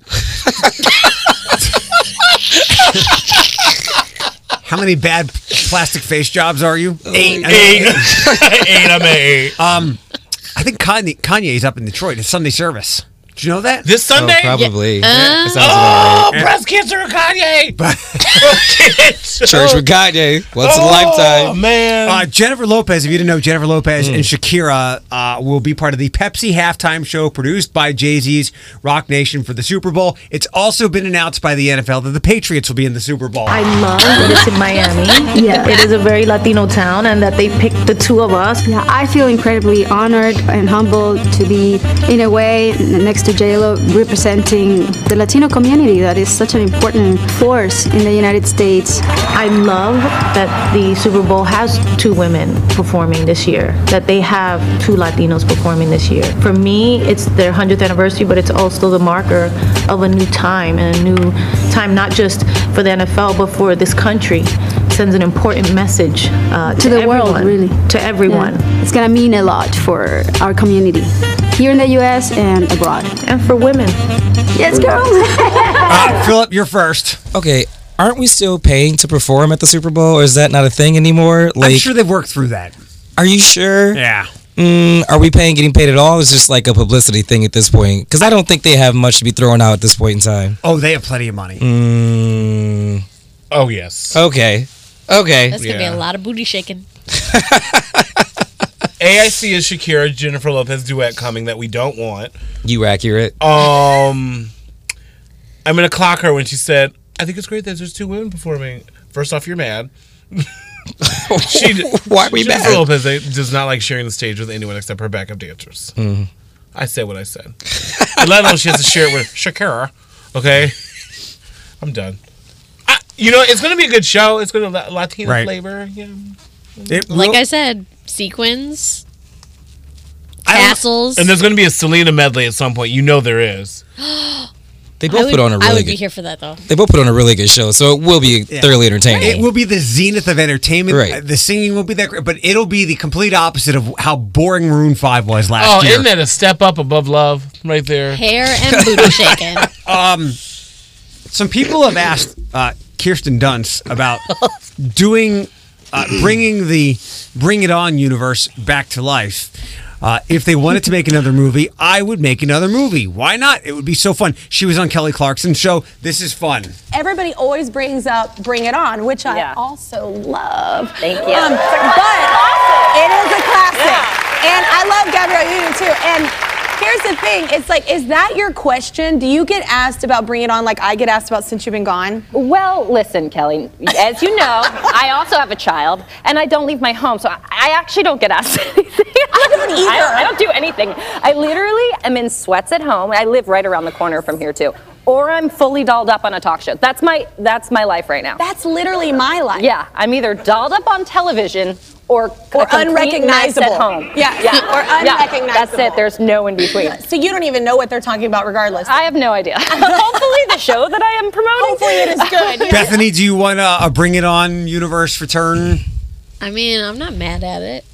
how many bad plastic face jobs are you? Eight. I, Eight. eight. I'm at eight. Uh, I think Kanye, Kanye's up in Detroit. It's Sunday service. Do you know that? This Oh, Sunday? probably. Yeah. That sounds Oh, about right. breast cancer with Kanye. Church with Kanye. Once in a lifetime. Oh, man. Uh, Jennifer Lopez, if you didn't know, Jennifer Lopez and Shakira uh, will be part of the Pepsi halftime show produced by Jay Z's Rock Nation for the Super Bowl. It's also been announced by the NFL that the Patriots will be in the Super Bowl. I love that it's in Miami. Yeah. It is a very Latino town and that they picked the two of us. Yeah, I feel incredibly honored and humbled to be, in a way, n- next to JLo, representing the Latino community that is such an important force in the United States. I love that the Super Bowl has two women performing this year, that they have two Latinos performing this year. For me, it's their 100th anniversary, but it's also the marker of a new time and a new time, not just for the NFL, but for this country. Sends an important message uh, to, To the world, everyone, really. To everyone. Yeah. It's gonna mean a lot for our community here in the US and abroad. And for women. Yes, girls! Uh, Philip, you're first. Okay, aren't we still paying to perform at the Super Bowl, or is that not a thing anymore? Like, I'm sure they've worked through that. are you sure? Yeah. Mm, are we paying, getting paid at all? It's just like a publicity thing at this point, because I don't think they have much to be throwing out at this point in time. Oh, they have plenty of money. Mm, oh, yes. okay, okay. That's gonna be Yeah. a lot of booty shaking. AIC is Shakira, Jennifer Lopez duet coming that we don't want. You accurate? Oh, Um, I'm gonna clock her when she said, "I think it's great that there's two women performing." First off, you're mad. she d- Why are we Jennifer mad? Lopez eh, does not like sharing the stage with anyone except her backup dancers. I said what I said. And let alone she has to share it with Shakira. Okay, I'm done. I, you know it's gonna be a good show. It's gonna la- Latina Right. flavor. Yeah. It Like will- I said, sequins, I don't- tassels. And there's gonna be a Selena medley at some point. You know there is. They I both would, put on a I really would be good. here for that though. They both put on a really good show, so it will be thoroughly entertaining. It will be the zenith of entertainment. Right. Uh, The singing will be that great, but it'll be the complete opposite of how boring Maroon 5 was Oh, last year. isn't that a step up above love right there? Hair and booty shaking. Some people have asked uh, Kirsten Dunst about doing, uh, bringing the Bring It On universe back to life. Uh, if they wanted to make another movie, I would make another movie. Why not? It would be so fun. She was on Kelly Clarkson's show. This is fun. Everybody always brings up Bring It On, which I Yeah. also love. Thank you. Um, but it is a classic. And I love Gabrielle Union too. And here's the thing it's like, is that your question? Do you get asked about Bring It On like I get asked about Since You've Been Gone? Well, listen, Kelly, as you know, I also have a child and I don't leave my home, so I, I actually don't get asked anything. I don't either. I don't, do anything. I literally am in sweats at home. I live right around the corner from here too. Or I'm fully dolled up on a talk show. That's my that's my life right now. That's literally my life. yeah, I'm either dolled up on television or a Or complete mess unrecognizable. at home. Yeah, or Yeah, that's unrecognizable. it. There's no in between. So you don't even know what they're talking about, regardless. I have no idea. Hopefully, the show that I am promoting. Hopefully, it is good. Yeah. Bethany, do you want a, a Bring It On universe return? I mean, I'm not mad at it.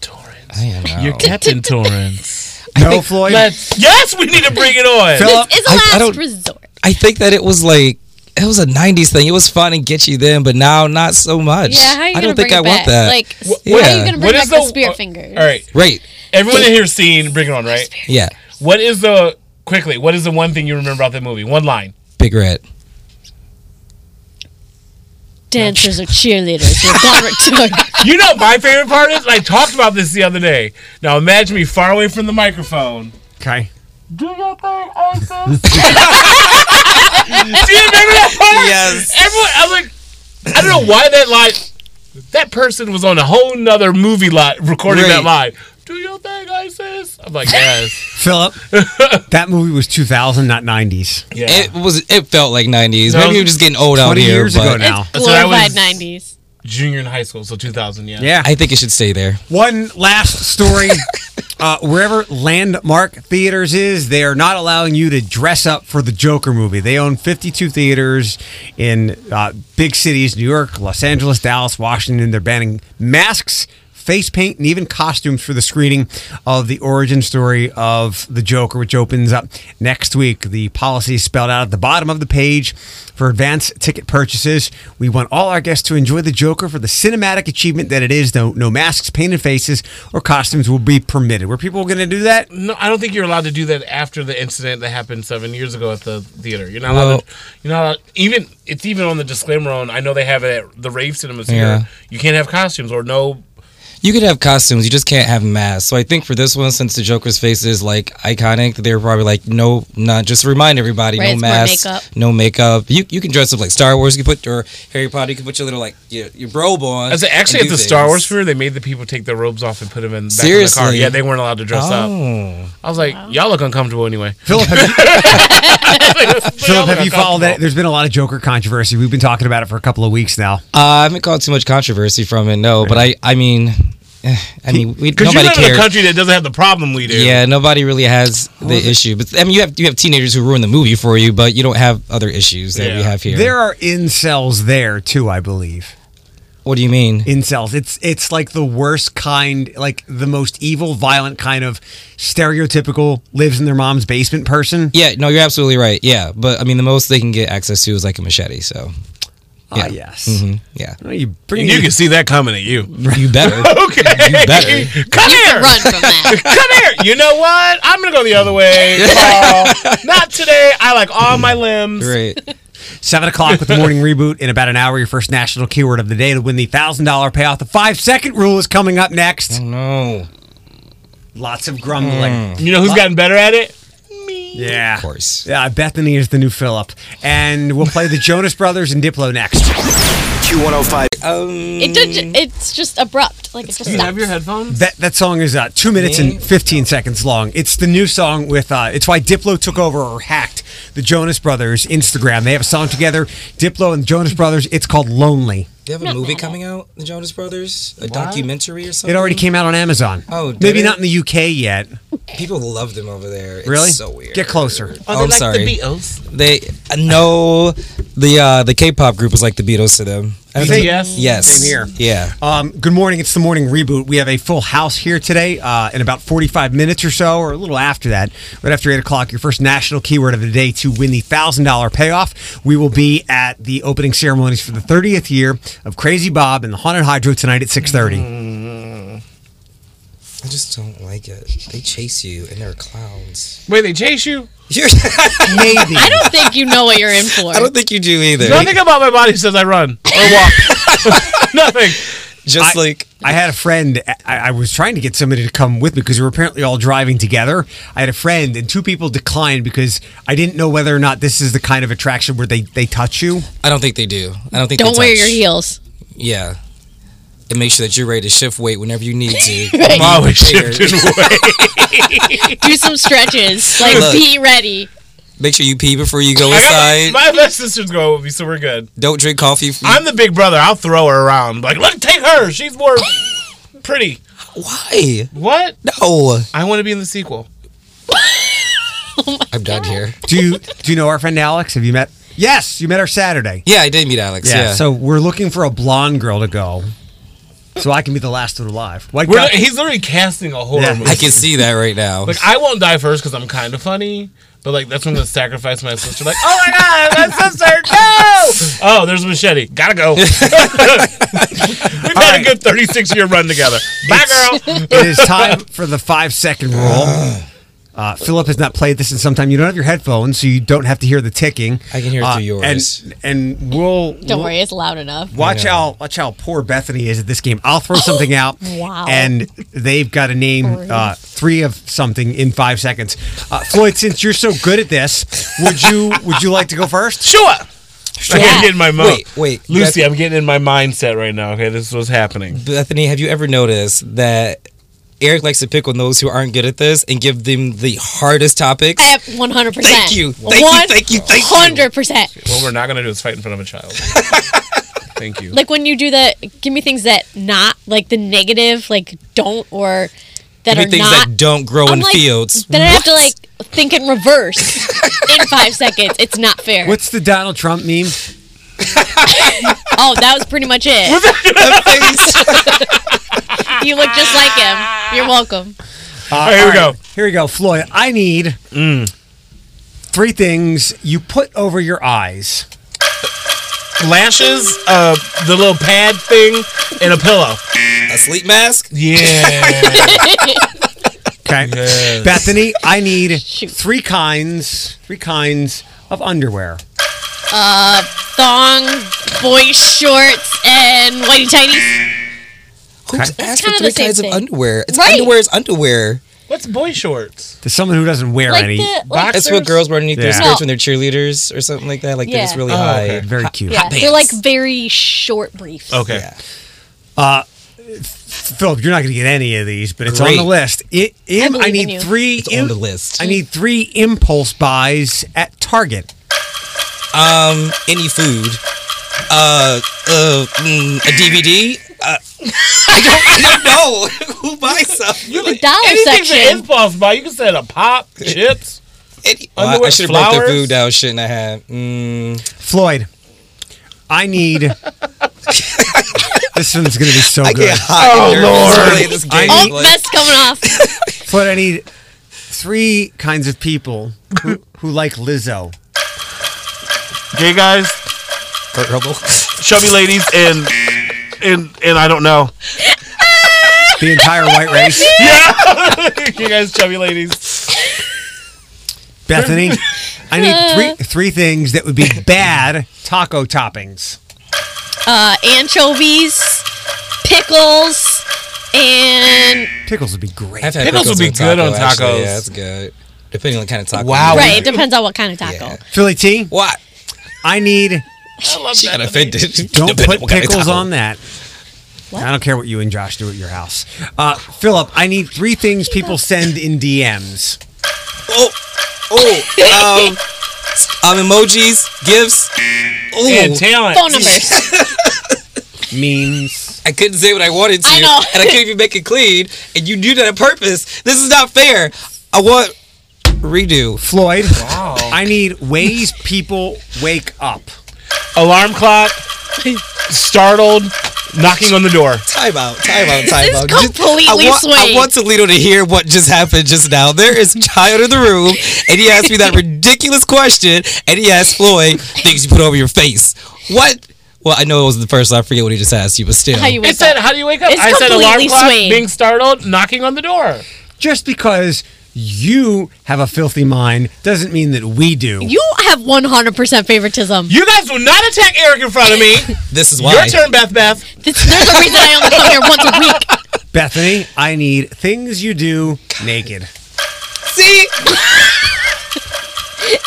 Torrance. I am You're out. Captain Torrance. No, Floyd. Oh. Let's. Yes, we need to bring it on. Phil- Well, it's a I- I last don't- resort. I think that it was like it was a '90s thing. It was fun and get you then, but now not so much. Yeah, how are you I gonna don't think bring I it want back? that. Like, s- Wh- how are yeah. you gonna bring What back is the, the spear uh, fingers? All right, right? everyone in here seen Bring It On, right? Yeah, What is the quickly? What is the one thing you remember about that movie? One line. big red. Dancers or cheerleaders with Robert Jordan. You know, my favorite part is and I talked about this the other day. Now imagine me far away from the microphone. Okay. Do your thing, Isis. Do you remember that part? Yes. Everyone, I was like, I don't know why that line. That person was on a whole nother movie lot recording that line. Do your thing, Isis. I'm like, yes. Philip, that movie was 2000, not 90s. Yeah. It was. It felt like '90s. No. Maybe I'm just getting old out 20 here. years Oh, but ago now. So that Glorified was- 90s. junior in high school, so 2000, yeah. Yeah. I think it should stay there. One last story. uh, wherever Landmark Theaters is, they are not allowing you to dress up for the Joker movie. They own 52 theaters in uh, big cities New York, Los Angeles, Dallas, Washington. They're banning masks. face paint, and even costumes for the screening of the origin story of the Joker, which opens up next week. The policy is spelled out at the bottom of the page for advance ticket purchases. We want all our guests to enjoy the Joker for the cinematic achievement that it is, though no masks, painted faces, or costumes will be permitted. Were people going to do that? No, I don't think you're allowed to do that after the incident that happened seven years ago at the theater. You're not allowed. Well- to, you're not allowed, even. It's even on the disclaimer on. I know they have it at the rave cinemas Yeah. here. You can't have costumes or no. You could have costumes, you just can't have masks. So I think for this one, since the Joker's face is like iconic, they were probably like, no, not just remind everybody, Right, no it's more masks, makeup. no makeup. You you can dress up like Star Wars. You can put your Harry Potter. You can put your little like your, your robe on. As actually, at and the do Star things. Wars fair, they made the people take their robes off and put them in back Seriously, in the car. Yeah, they weren't allowed to dress up. oh. I was like, y'all look uncomfortable anyway. Philip, have you, Philip, have you followed that? There's been a lot of Joker controversy. We've been talking about it for a couple of weeks now. Uh, I haven't caught too much controversy from it, no. But I, I mean, eh, I mean, we, Because you nobody live in a cares. country that doesn't have the problem we do. Yeah, nobody really has the issue. But I mean, you have you have teenagers who ruin the movie for you, but you don't have other issues that we have here. There are incels there too, I believe. what do you mean? Incels. It's it's like the worst kind, like the most evil, violent kind of stereotypical lives in their mom's basement person. Yeah, no, you're absolutely right. Yeah, but I mean, the most they can get access to is like a machete. So, Ah, yeah, yes. hmm yeah, Well, you bring Mm-hmm. And you can see that coming at you. you better. Okay. You better. Come You here. can run from that. Come here. You know what? I'm gonna go the other way. Paul. Not today. I like all my limbs. Right. Seven o'clock with the morning reboot in about an hour. Your first national keyword of the day to win the thousand dollar payoff. The five second rule is coming up next. Mm. No, of Lots of grumbling. You know who's gotten better at it? Yeah. course. Yeah, Bethany is the new Philip. And we'll play the Jonas Brothers and Diplo next. Q105. It did, it's just abrupt. Like it just stops. headphones? That that song is uh, two minutes and fifteen seconds long. It's the new song with. Uh, it's why Diplo took over or hacked the Jonas Brothers Instagram. They have a song together, Diplo and Jonas Brothers. It's called Lonely. Do you have a movie coming out, The Jonas Brothers? A documentary or something? It already came out on Amazon. Oh, did maybe it? not in the UK yet. People love them over there. It's Really? So weird. Get closer. Oh, I'm sorry. They uh, no, the uh, the K-pop group is like the Beatles to them. I don't Same- think- Yes. Same here. Yeah. Um, good morning. It's the morning reboot. We have a full house here today uh, in about 45 minutes or so, or a little after that, right after 8 o'clock. Your first national keyword of the day to win the $1,000 payoff. We will be at the opening ceremonies for the 30th year of Crazy Bob and the Haunted Hydro tonight at 6.30. I just don't like it. They chase you, and they're clowns. Wait, they chase you? You're, Maybe. I don't think you know what you're in for. I don't think you do either. Nothing about my body says I run or walk. Nothing. Just I- like I had a friend. I, I was trying to get somebody to come with me because we were apparently all driving together. I had a friend, and two people declined because I didn't know whether or not this is the kind of attraction where they, they touch you. I don't think they do. I don't think Don't they wear touch. your heels. Yeah. And make sure that you're ready to shift weight whenever you need to. Be Right. Always prepared. shifted away. Do some stretches. Like Look. be ready. Make sure you pee before you go I inside. got, my best sister's going with me, so we're good. Don't drink coffee. f- I'm the big brother. I'll throw her around. Like, look, take her. She's more pretty. Why? What? No. I want to be in the sequel. I'm done here. Do you do you know our friend Alex? Have you met? Yes, you met her Saturday. Yeah, I did meet Alex. Yeah. Yeah. So we're looking for a blonde girl to go, so I can be the last one alive. White We're, guy. he's literally casting a horror Yeah. movie. I can see that right now. Like I won't die first because I'm kind of funny, but like that's when I'm gonna sacrifice my sister. Like, oh my god, my sister, no! Oh, there's a machete. Gotta go. We've had a good 36 year run together. Bye, girl. it is time for the five second rule. Uh, Philip has not played this in some time. You don't have your headphones, so you don't have to hear the ticking. Uh, I can hear it through yours. And and we'll Don't we'll- worry, it's loud enough. Watch how watch how poor Bethany is at this game. I'll throw something out, Wow. and they've got to name uh, three of something in five seconds. Uh, Floyd, since you're so good at this, would you would you like to go first? Sure. Okay, Yeah. I'm getting my mo- Wait, wait. Lucy, I'm getting in my mindset right now. Okay, this is what's happening. Bethany, have you ever noticed that Eric likes to pick on those who aren't good at this and give them the hardest topics? I have 100. percent Thank you. Thank you. Thank you. Thank you. 100. percent What we're not gonna do is fight in front of a child. Thank you. Like when you do the, give me things that not like the negative, like don't or that Give me are things not. that don't grow I'm in like, fields. Then I have to like think in reverse in five seconds. It's not fair. What's the Donald Trump meme? oh, that was pretty much it. you look just like him. You're welcome. Uh, here we Mm. all right. Here we go, Floyd. I need three things you put over your eyes. Lashes, uh, the little pad thing, and a pillow. A sleep mask? Yeah. Okay, Yes. Bethany. I need three kinds, three kinds of underwear. Uh, thong, boy shorts, and whitey tighties. Who's Okay. asked for kinda three the same kinds thing. of underwear? It's Right. underwear is underwear. What's boy shorts? To someone who doesn't wear Like any. the- like That's what there's- girls wear underneath their Yeah. skirts when they're cheerleaders or something like that. Like they're just Yeah. really Oh, high. okay. Very cute. Yeah, pants. they're like very short briefs. Okay. Yeah. Philip, you're not going to get any of these, but it's Great. on the list. I, Im- I, believe in need you. three. It's im- on the list. I need three impulse buys at Target. Um, any food? Uh, uh, mm, a DVD? Uh, I, don't, I don't know who buys something. The dollar Anything for section. impulse buy. You can set a pop, chips. Any, Underwear, Oh, I should have broke the flowers? food down, shouldn't I have? Mm, Floyd, I need. this one's going to be so I good. get hot. and nervous Oh, Lord. early in this game. Oh, Like, that's coming off. Floyd, I need three kinds of people who, who like Lizzo. Gay guys, Kurt Russell. chubby ladies, and and and I don't know. The entire white race. you guys, chubby ladies. Bethany, I Uh. need three three things that would be bad taco toppings. Uh, anchovies, pickles, and Pickles would be great. I've had Pickles would be good on actually. tacos. Yeah, that's good. Depending on the kind of taco. Wow. you right. It eat. depends on what kind of taco. Yeah. Philly T, What? I need I love She got offended. Don't Depending put what kind of pickles taco. on that. I don't care what you and Josh do at your house. Uh, Philip, I need three things people send in DMs. Oh, oh. Um, um, emojis, gifts. Oh, And talent. Phone numbers. Memes. I couldn't say what I wanted to, I know. and I couldn't even make it clean. And you do that on purpose. This is not fair. I want redo. Floyd, I need ways people wake up. Alarm clock. Startled. Knocking on the door. Time out. Time out. Time is out. completely I want, I swayed. want Toledo to hear what just happened just now. There is a child in the room, and he asked me that ridiculous question, and he asked Floyd things you put over your face. What? Well, I know it wasn't the first. one. I forget what he just asked you, but still. How you It wake said, up. "How do you wake up?" It's I said, "Alarm completely clock, swayed. being startled, knocking on the door." Just because you have a filthy mind doesn't mean that we do. You have 100% favoritism. You guys will not attack Eric in front of me. this is why. Your turn, Beth. Beth. This, there's a reason I only come here once a week. Bethany, I need things you do naked. See,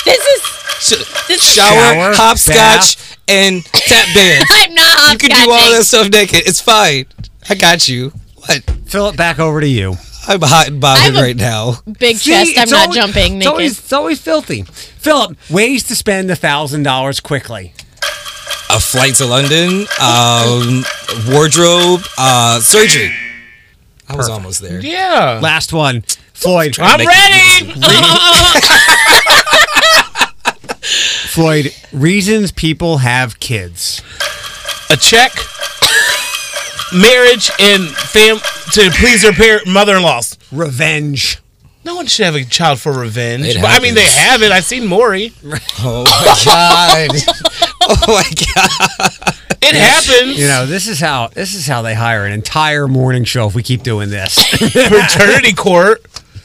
This is. Sh- This shower, Shower, hopscotch, and tap dance. I'm not. you can do all that stuff naked. It's fine. I got you. What? Philip, back over to you. I'm hot and bothered I'm a- right now. Big See, chest. I'm it's not always- jumping It's naked. always, it's always filthy. Philip, ways to spend a thousand dollars quickly. A flight to London, um, wardrobe, uh, surgery. I was almost there. Yeah. Last one, Floyd. I'm Make- ready. Floyd, reasons people have kids. A check, marriage, and fam to please their parent mother-in-laws. Revenge. No one should have a child for revenge. It But, I mean, they happens. have it. I've seen Maury. Oh my god. oh my god. It happens. You know, this is how this is how they hire an entire morning show if we keep doing this. Paternity court.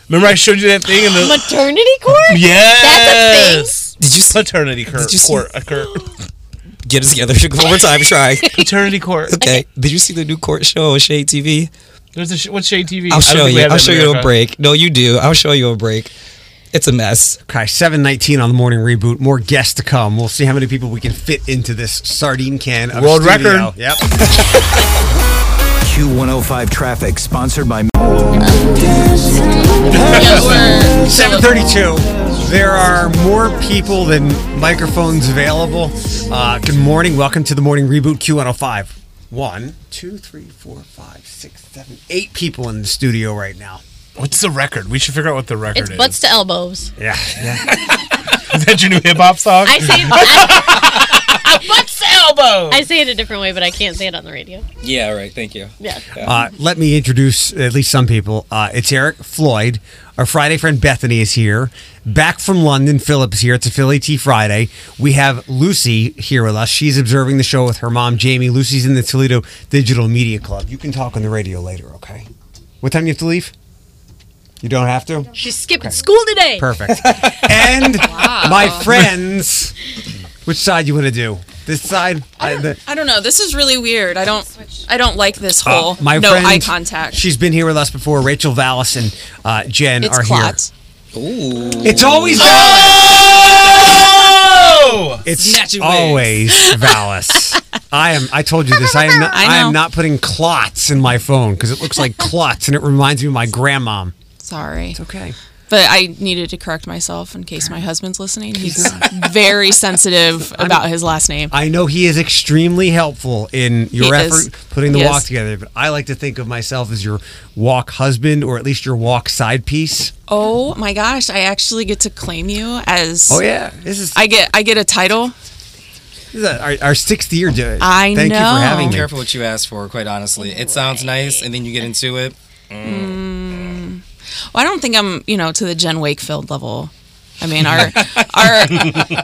Remember, I showed you that thing in the Maternity court? yes. Did you see, Paternity court. Did you see- court. A court. get us together one more time? Try. Paternity court. Okay. Did you see the new court show on Shade TV? There's a sh- what's Shade TV? I I'll don't show think we you. have I'll that show in you on America. break. No, you do. I'll show you on break. It's a mess. okay, seven nineteen on the morning reboot. More guests to come. We'll see how many people we can fit into this sardine can. Of a World studio. record. Yep. Q105 traffic sponsored by Seven thirty-two. There are more people than microphones available. Uh, good morning. Welcome to the morning reboot Q105. One, two, three, four, five, six, seven, eight people in the studio right now. What's the record? We should figure out what the record It's is. butts to elbows. Yeah. is that your new hip hop song? I say I, I, butts to elbow. I say it a different way, but I can't say it on the radio. Yeah, all right. Thank you. Yeah. Uh, let me introduce at least some people. Uh, it's Eric Floyd. Our Friday friend Bethany is here. Back from London, Phillips here. It's a Philly Tea Friday. We have Lucy here with us. She's observing the show with her mom, Jamie. Lucy's in the Toledo Digital Media Club. You can talk on the radio later, okay? What time do you have to leave? You don't have to? She's skipping school today. Perfect. and my friends, which side you want to do? This side? I, the- I don't know. This is really weird. I don't. I don't like this Uh, whole my no friend, eye contact. She's been here with us before. Rachel Vallis and uh, Jen It's are clots. here. Ooh. It's always Vallis. Oh! It's always Vallis. I am. I told you this. I am. Not, I I, am know. not putting clots in my phone because it looks like clots and it reminds me of my grandmom. Sorry. It's okay. But I needed to correct myself in case my husband's listening. He's very sensitive about his last name. I know he is extremely helpful in your He effort is. putting the He walk is. together, but I like to think of myself as your walk husband or at least your walk side piece. Oh my gosh! I actually get to claim you as. Oh, yeah. This is. I get. I get a title. This is our, our sixth year doing. I Thank you know. for having me. Careful what you ask for. Quite honestly, it sounds nice, and then you get into it. Mm. Mm. Well, I don't think I'm, you know, to the Jen Wakefield level. I mean, our our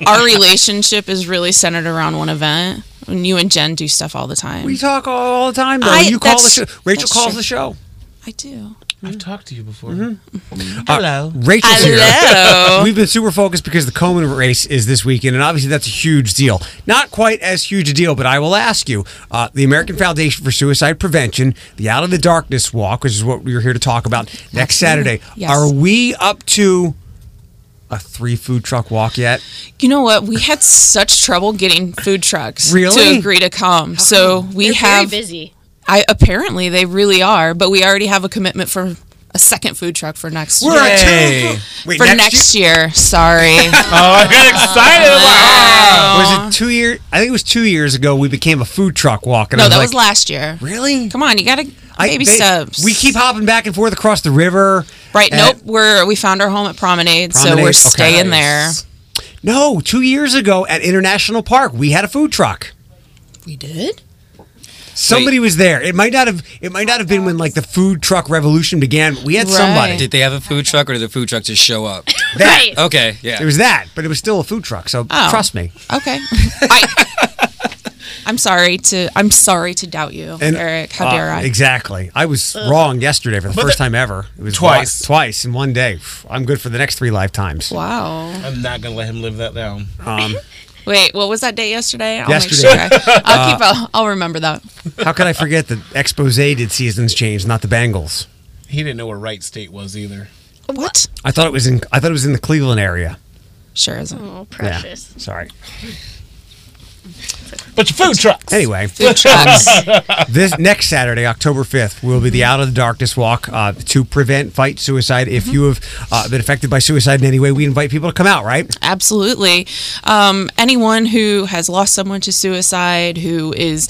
our relationship is really centered around one event. And you and Jen do stuff all the time. We talk all the time. Though. I- you call the that's- show. Rachel that's calls true. the show. I do. I've talked to you before. Uh, Rachel's Hello. here. We've been super focused because the Coleman race is this weekend, and obviously that's a huge deal. Not quite as huge a deal, but I will ask you. Uh, the American Foundation for Suicide Prevention, the Out of the Darkness Walk, which is what we are here to talk about next Saturday. Yes. Are we up to a three food truck walk yet? You know what? We had such trouble getting food trucks Really? to agree to come. So we They're have very busy. I apparently they really are, but we already have a commitment for a second food truck for next We're year. at two. fo- Wait, for next, year. Sorry. Um, Oh, I got excited. Was it two year? I think it was two years ago. We became a food truck walk, and I no, was that like, was last year. Really? Come on, you gotta I- baby they- steps. We keep hopping back and forth across the river. Right. at nope. We're we found our home at Promenade, so Promenade, we're okay. staying there. No, two years ago at International Park, we had a food truck. We did. Somebody was there. It might not have. It might not have been when like the food truck revolution began. But we had somebody. Did they have a food truck, or did the food truck just show up? That Oh, Okay, yeah. it was that, but it was still a food truck. So Oh. trust me. Okay. I, I'm sorry to I'm sorry to doubt you, Eric. How uh, dare I? Exactly. I was wrong yesterday for the first time ever. It was Twice. wa- twice in one day. Pff, I'm good for the next three lifetimes. Wow. I'm not gonna let him live that down. Um, Wait, what was that date yesterday? I'll Yesterday. Uh, make sure. I, I'll keep. I'll, I'll remember that. how could I forget that expose did seasons change, not the Bengals? He didn't know where Wright State was either. What? I thought it was in. I thought it was in the Cleveland area. Sure isn't. Oh, Yeah. precious. Sorry. But your food trucks. Anyway, Food trucks. this next Saturday, October 5th, will be the Out of the Darkness Walk uh, to prevent, fight suicide. If you have uh, been affected by suicide in any way, we invite people to come out, right? Absolutely. Um, anyone who has lost someone to suicide, who is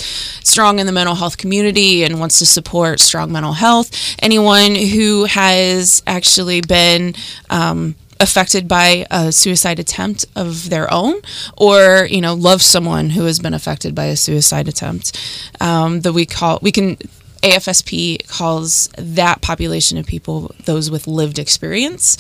strong in the mental health community and wants to support strong mental health, anyone who has actually been um, affected by a suicide attempt of their own, or you know, loves someone who has been affected by a suicide attempt, um, that we call we can. AFSP calls that population of people those with lived experience.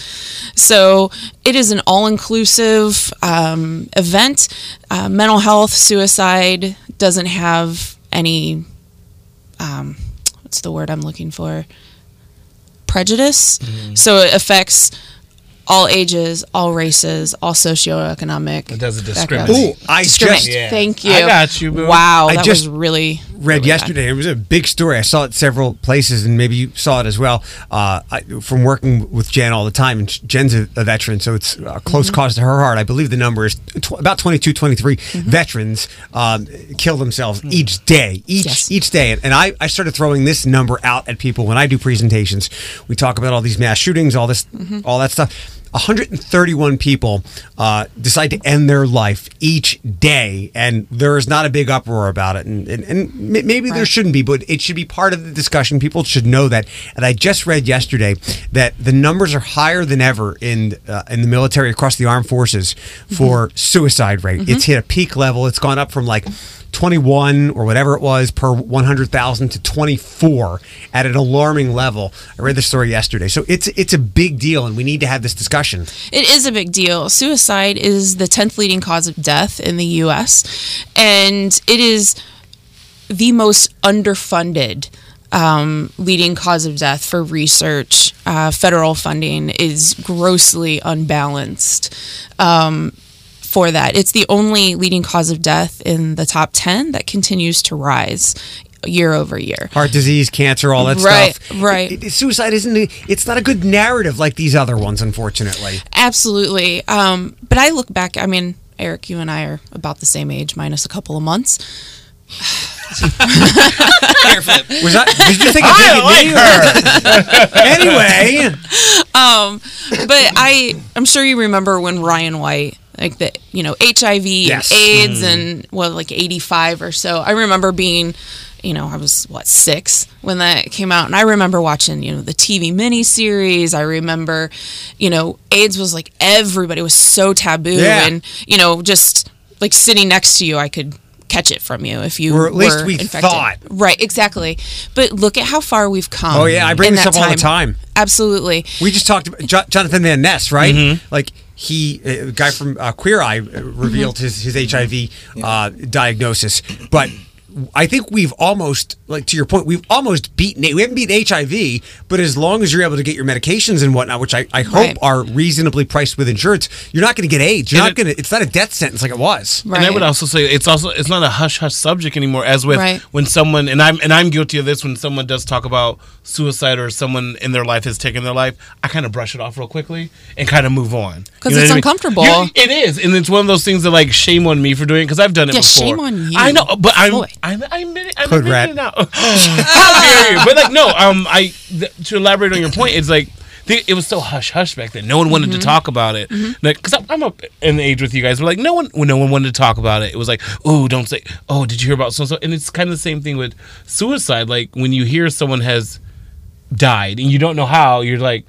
So it is an all inclusive um, event. Uh, mental health, suicide doesn't have any, um, what's the word I'm looking for? Prejudice. Mm-hmm. So it affects all ages, all races, all socioeconomic. It doesn't backgrounds. discriminate. Ooh, I Discriminate. just Yeah. Thank you. I got you, boo. Wow, I that just was really read really bad. yesterday. It was a big story. I saw it several places, and maybe you saw it as well. Uh, I, from working with Jan all the time, and Jen's a, a veteran, so it's a close Mm-hmm. cause to her heart. I believe the number is tw- about 22, 23 Mm-hmm. veterans um, kill themselves each day, each Mm. Yes. each day. And, and I, I started throwing this number out at people when I do presentations. We talk about all these mass shootings, all this, all that stuff. 131 people uh, decide to end their life each day, and there is not a big uproar about it. And, and, and ma- maybe there Right. shouldn't be, but it should be part of the discussion. People should know that. And I just read yesterday that the numbers are higher than ever in uh, in the military across the armed forces for suicide rate. It's hit a peak level. It's gone up from like 21 or whatever it was per 100,000 to 24 at an alarming level. I read the story yesterday. So it's it's a big deal and we need to have this discussion. It is a big deal. Suicide is the 10th leading cause of death in the US, and it is the most underfunded um, leading cause of death for research. Uh, federal funding is grossly unbalanced. Um, for that, it's the only leading cause of death in the top 10 that continues to rise year over year. Heart disease, cancer, all that Right, stuff. right. It- it- suicide isn't a- it's not a good narrative like these other ones unfortunately. Absolutely. Um, but I look back, I mean, Eric, you and I are about the same age, minus a couple of months. Was that did you think I like her? anyway, um, but I, I'm sure you remember when Ryan White, like the, you know, HIV Yes. and AIDS Mm. Mm-hmm. and well, like 85 or so. I remember being, you know, I was what six when that came out, and I remember watching, you know, the TV miniseries. I remember, you know, AIDS was like everybody was so taboo, Yeah. and you know, just like sitting next to you, I could catch it from you if you Or at least were we infected. thought. right exactly but look at how far we've come Oh, yeah, I bring in this that up all the time. absolutely We just talked about Jo- Jonathan Van Ness, right? Like he, a guy from uh, Queer Eye, uh, revealed his his HIV uh, diagnosis, but. I think we've almost, like to your point, we've almost beaten it. We haven't beaten HIV, but as long as you're able to get your medications and whatnot, which I, I hope Right. are reasonably priced with insurance, you're not going to get AIDS. You're And not going to. It's not a death sentence like it was. And I would also say it's also it's not a hush hush subject anymore. As with Right. when someone and I'm and I'm guilty of this when someone does talk about suicide or someone in their life has taken their life, I kind of brush it off real quickly and kind of move on 'Cause it's You know what I mean? uncomfortable. You- it is, and it's one of those things that like shame on me for doing it because I've done it Yeah, before. shame on you. I know, but I'm Boy. I'm I'm admitting, I'm Code admitting red. it now. How dare you? But like no, um, I th- to elaborate on your point, it's like. th- It was so hush hush back then. No one wanted Mm-hmm. Mhm. to talk about it. Mhm. Like, cause I'm- I'm up in the age with you guys. We're like, no one, well, no one wanted to talk about it. It was like, oh, don't say, oh, did you hear about so so? And it's kind of the same thing with suicide. Like when you hear someone has died and you don't know how, you're like,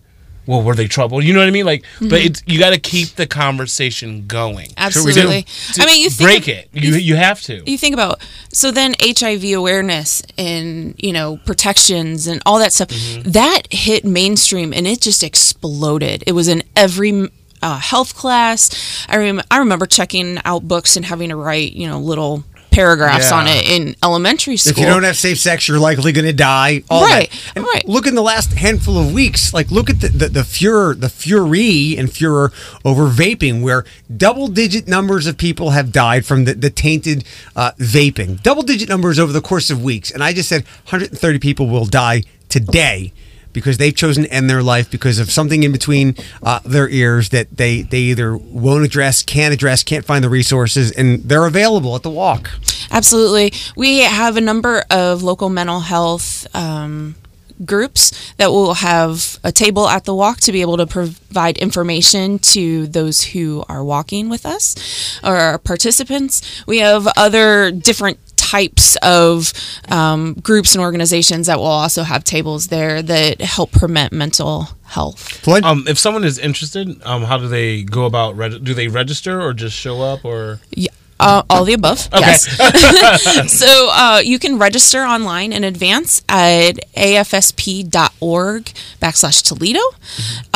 well, were they troubled? You know what I mean? Like, but Mhm. it's you got to keep the conversation going. Absolutely. To- I to mean, you think break of- it. You you have to. you think about so then hiv awareness and you know protections and all that stuff that hit mainstream and it just exploded it was in every uh, health class I, rem- I remember checking out books and having to write you know little paragraphs Yeah. on it in elementary school If you don't have safe sex, you're likely going to die. All Right, that. And Look in the last handful of weeks. Like look at the the, the furor, the fury and furor over vaping, where double digit numbers of people have died from the, the tainted uh, vaping. Double digit numbers over the course of weeks. And I just said 130 people will die today. Because they've chosen to end their life because of something in between uh, their ears that they, they either won't address, can't address, can't find the resources, and they're available at the walk. Absolutely. We have a number of local mental health um, groups that will have a table at the walk to be able to provide information to those who are walking with us or our participants. We have other different types of um, groups and organizations that will also have tables there that help prevent mental health. Um, if someone is interested, um, how do they go about? Reg- do they register or just show up or? Yeah. Uh, all the above. Okay. Yes. so uh, you can register online in advance at afsp.org backslash Toledo.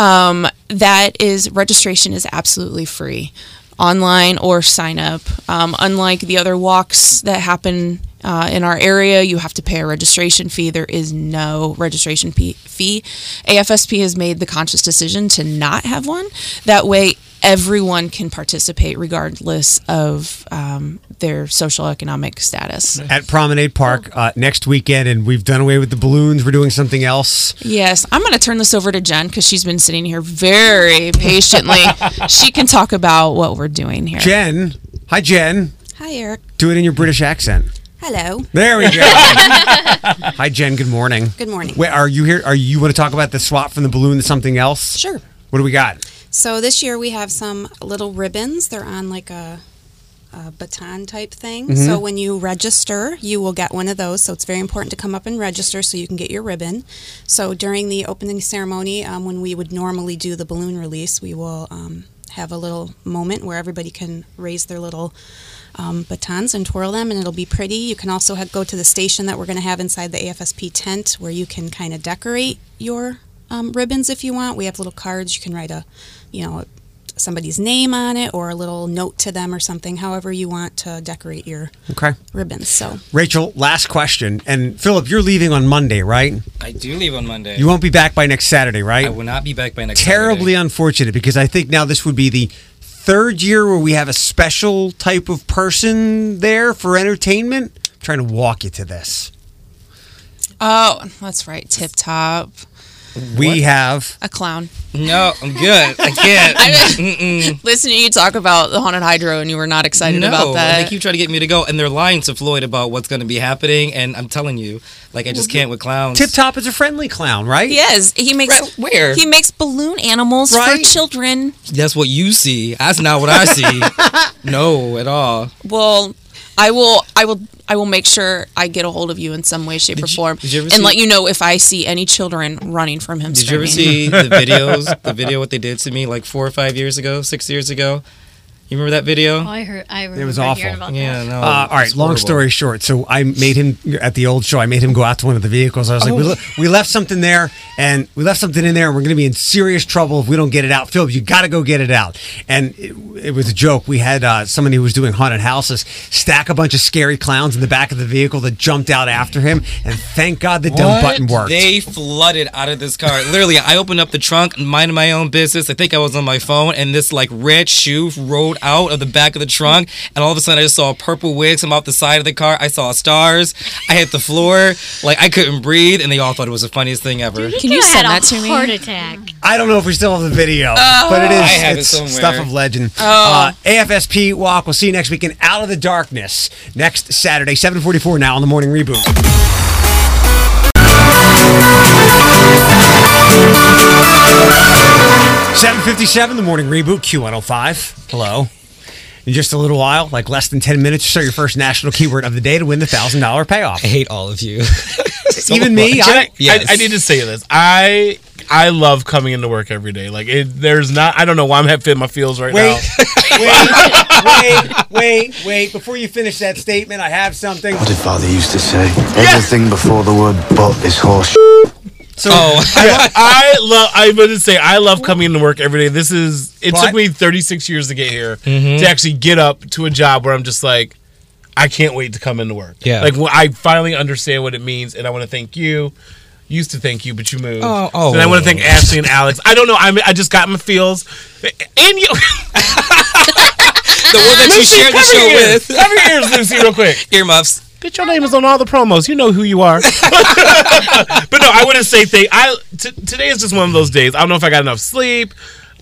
Um, that is registration is absolutely free online or sign up. Um, unlike the other walks that happen uh, in our area, you have to pay a registration fee. There is no registration fee- fee. AFSP has made the conscious decision to not have one. That way, everyone can participate regardless of um, their social economic status. at Promenade Park Oh. uh, next weekend, and we've done away with the balloons. We're doing something else. Yes, I'm going to turn this over to Jen because she's been sitting here very patiently. she can talk about what we're doing here. Jen, hi Jen. Hi, Eric. Do it in your British accent. Hello. There we go. hi Jen. Good morning. Good morning. Wait, are you here? Are you want to talk about the swap from the balloon to something else? Sure. What do we got? So this year we have some little ribbons. They're on like a, a baton type thing. Mhm. So when you register, you will get one of those. So it's very important to come up and register so you can get your ribbon. So during the opening ceremony, um, when we would normally do the balloon release, we will um, have a little moment where everybody can raise their little um, batons and twirl them, and it'll be pretty. You can also ha- go to the station that we're going to have inside the AFSP tent where you can kind of decorate your um, ribbons if you want. We have little cards. You can write a, you know, somebody's name on it or a little note to them or something, however you want to decorate your Okay. ribbons. So. Rachel, last question. And Philip, you're leaving on Monday, right? I do leave on Monday. You won't be back by next Saturday, right? I will not be back by next. Terribly unfortunate because I think now this would be the third year where we have a special type of person there for entertainment. I'm trying to walk you to this. Oh, that's right. Tip top. We have A clown. No, I'm good. I can't. Mm-mm. Listen to you talk about the haunted hydro, and you were not excited no, about that. They keep trying to get me to go, and they're lying to Floyd about what's going to be happening. And I'm telling you, like I just can't with clowns. Tip Top is a friendly clown, right? Yes, he makes where? he makes balloon animals Right? for children. That's what you see. That's not what I see. no, at all. Well, I will. I will. I will make sure I get a hold of you in some way, shape, or form, did you ever and see- let you know if I see any children running from him. Did you ever see screaming. the videos? The video what they did to me like four or five years ago, six years ago. You remember that video? Oh, I heard. I remember It was awful. Hearing about yeah. No. Uh, all right. it's Long horrible. story short, so I made him at the old show. I made him go out to one of the vehicles. I was like, we, Oh. le- we left something there, and we left something in there, and we're going to be in serious trouble if we don't get it out. Phil, you got to go get it out. And it, it was a joke. We had uh, somebody who was doing haunted houses stack a bunch of scary clowns in the back of the vehicle that jumped out after him, and thank God the dump What? button worked. They flooded out of this car. Literally, I opened up the trunk, minding my own business. I think I was on my phone, and this like red shoe rolled out of the back of the trunk. And all of a sudden, I just saw purple wigs come off the side of the car. I saw stars. I hit the floor. Like I couldn't breathe, and they all thought it was the funniest thing ever. Can you send that to me? Heart attack. I don't know if we still have the video, Oh. but it is Uh, I have it it's somewhere. stuff of legend. Oh. Uh, AFSP walk. We'll see you next week in Out of the Darkness next Saturday, seven forty-four now on the morning reboot. Seven fifty-seven, the morning reboot. Q one hundred five. Hello. In just a little while, like less than ten minutes, or so your first national keyword of the day to win the thousand dollar payoff. I hate all of you. Even me. Can I, I- I, I, need to say this. I I love coming into work every day. Like it, there's not. I don't know why I'm having my feels right Wait. now. wait, wait, wait. Before you finish that statement, I have something. What did father used to say? Everything before the word but is horse. So Oh, I, lo- I love. I was gonna say I love coming into work every day. This is. It But- took me 36 years to get here Mm-hmm. Mhm. to actually get up to a job where I'm just like, I can't wait to come into work. Yeah. Like when I finally understand what it means, and I want to thank you. Used to thank you, but you moved. Oh, oh. And I want to thank Ashley and Alex. I don't know. I I just got my feels, and you. The one that you shared the show with. Cover your ears, Lucy, real quick. Earmuffs. Bitch, your name is on all the promos. You know who you are. but no, I wouldn't say thing. I t- today is just one of those days. I don't know if I got enough sleep.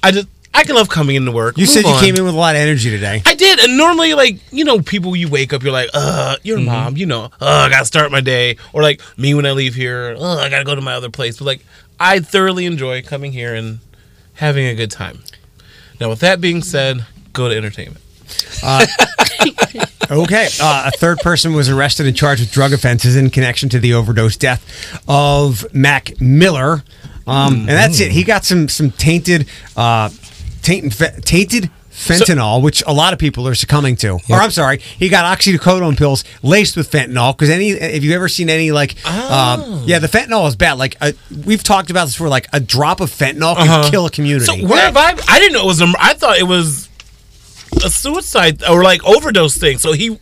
I just I can love coming into work. You Move said you on. came in with a lot of energy today. I did, and normally, like you know, people you wake up, you're like, uh, your mom, you know, uh, I gotta start my day, or like me when I leave here, uh, I gotta go to my other place. But like, I thoroughly enjoy coming here and having a good time. Now, with that being said, go to entertainment. Uh, okay. Uh, a third person was arrested and charged with drug offenses in connection to the overdose death of Mac Miller. Um, And that's it. He got some some tainted, uh, taint, tainted fentanyl, which a lot of people are succumbing to. Or I'm sorry, he got oxycodone pills laced with fentanyl. Because any, if you've ever seen any like, um, yeah, the fentanyl is bad. Like uh we've talked about this, where like a drop of fentanyl can Uh-huh. kill a community. So where have I? I didn't know it was. A, mur- I thought it was a suicide or like overdose thing. So he,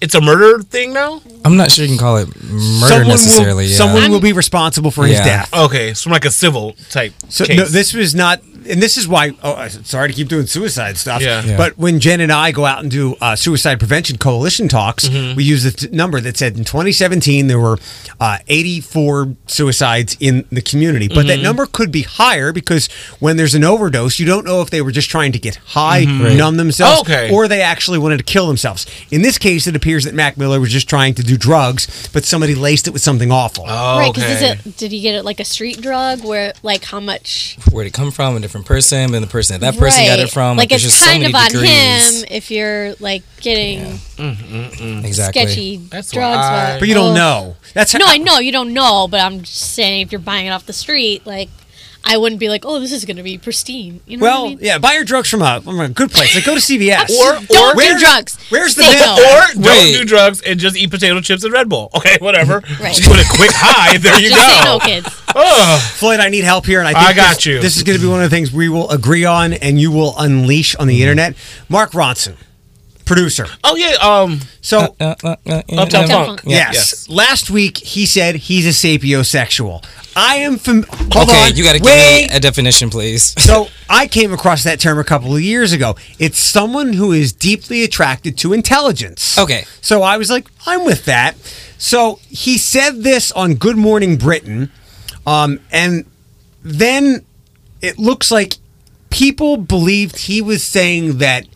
it's a murder thing now. I'm not sure you can call it murder someone necessarily. Will, yeah. Someone will be responsible for his Yeah. death. Okay, it's from like a civil type So case. no, this was not, and this is why. Oh, I- sorry to keep doing suicide stuff. Yeah. Yeah. But when Jen and I go out and do uh, suicide prevention coalition talks, Mhm. we use the t- number that said in 2017 there were uh, 84 suicides in the community, but that Mhm. number could be higher because when there's an overdose, you don't know if they were just trying to get high, Mhm. Right. numb themselves, Okay. or they actually wanted to kill themselves. In this case, it appears that Mac Miller was just trying to do drugs, but somebody laced it with something awful. Oh, Right, because is it? Did he get it like a street drug? Where like how much? Where'd it come from? A different person, and the person that that person got Right. it from. Like, there's it's just so kind many of on degrees. him if you're like getting Exactly. sketchy drugs. Oh, I- Oh. But you don't know. That's no, I know you don't know, but I'm just saying if you're buying it off the street, like I wouldn't be like, oh, this is going to be pristine. You know well, what I mean? yeah, buy your drugs from a, from a good place. Like go to CVS. don't do drugs. Where's the Say big- no. Or don't Wait. do drugs and just eat potato chips and Red Bull. Okay, whatever. Right. Just put a quick high. There you Just say no, go. kids. Floyd, I need help here, and I think I got this, you. This is going to be one of the things we will agree on, and you will unleash on the internet. Mark Ronson, producer. Oh yeah. Um. Uh, So Uptown Funk. Uh, Yes. Last week he said he's a sapiosexual. I am from. Hold uh. okay, on. you got to give Wait. me a definition, please. so I came across that term a couple of years ago. It's someone who is deeply attracted to intelligence. Okay. So I was like, I'm with that. So he said this on Good Morning Britain, um, and then it looks like people believed he was saying that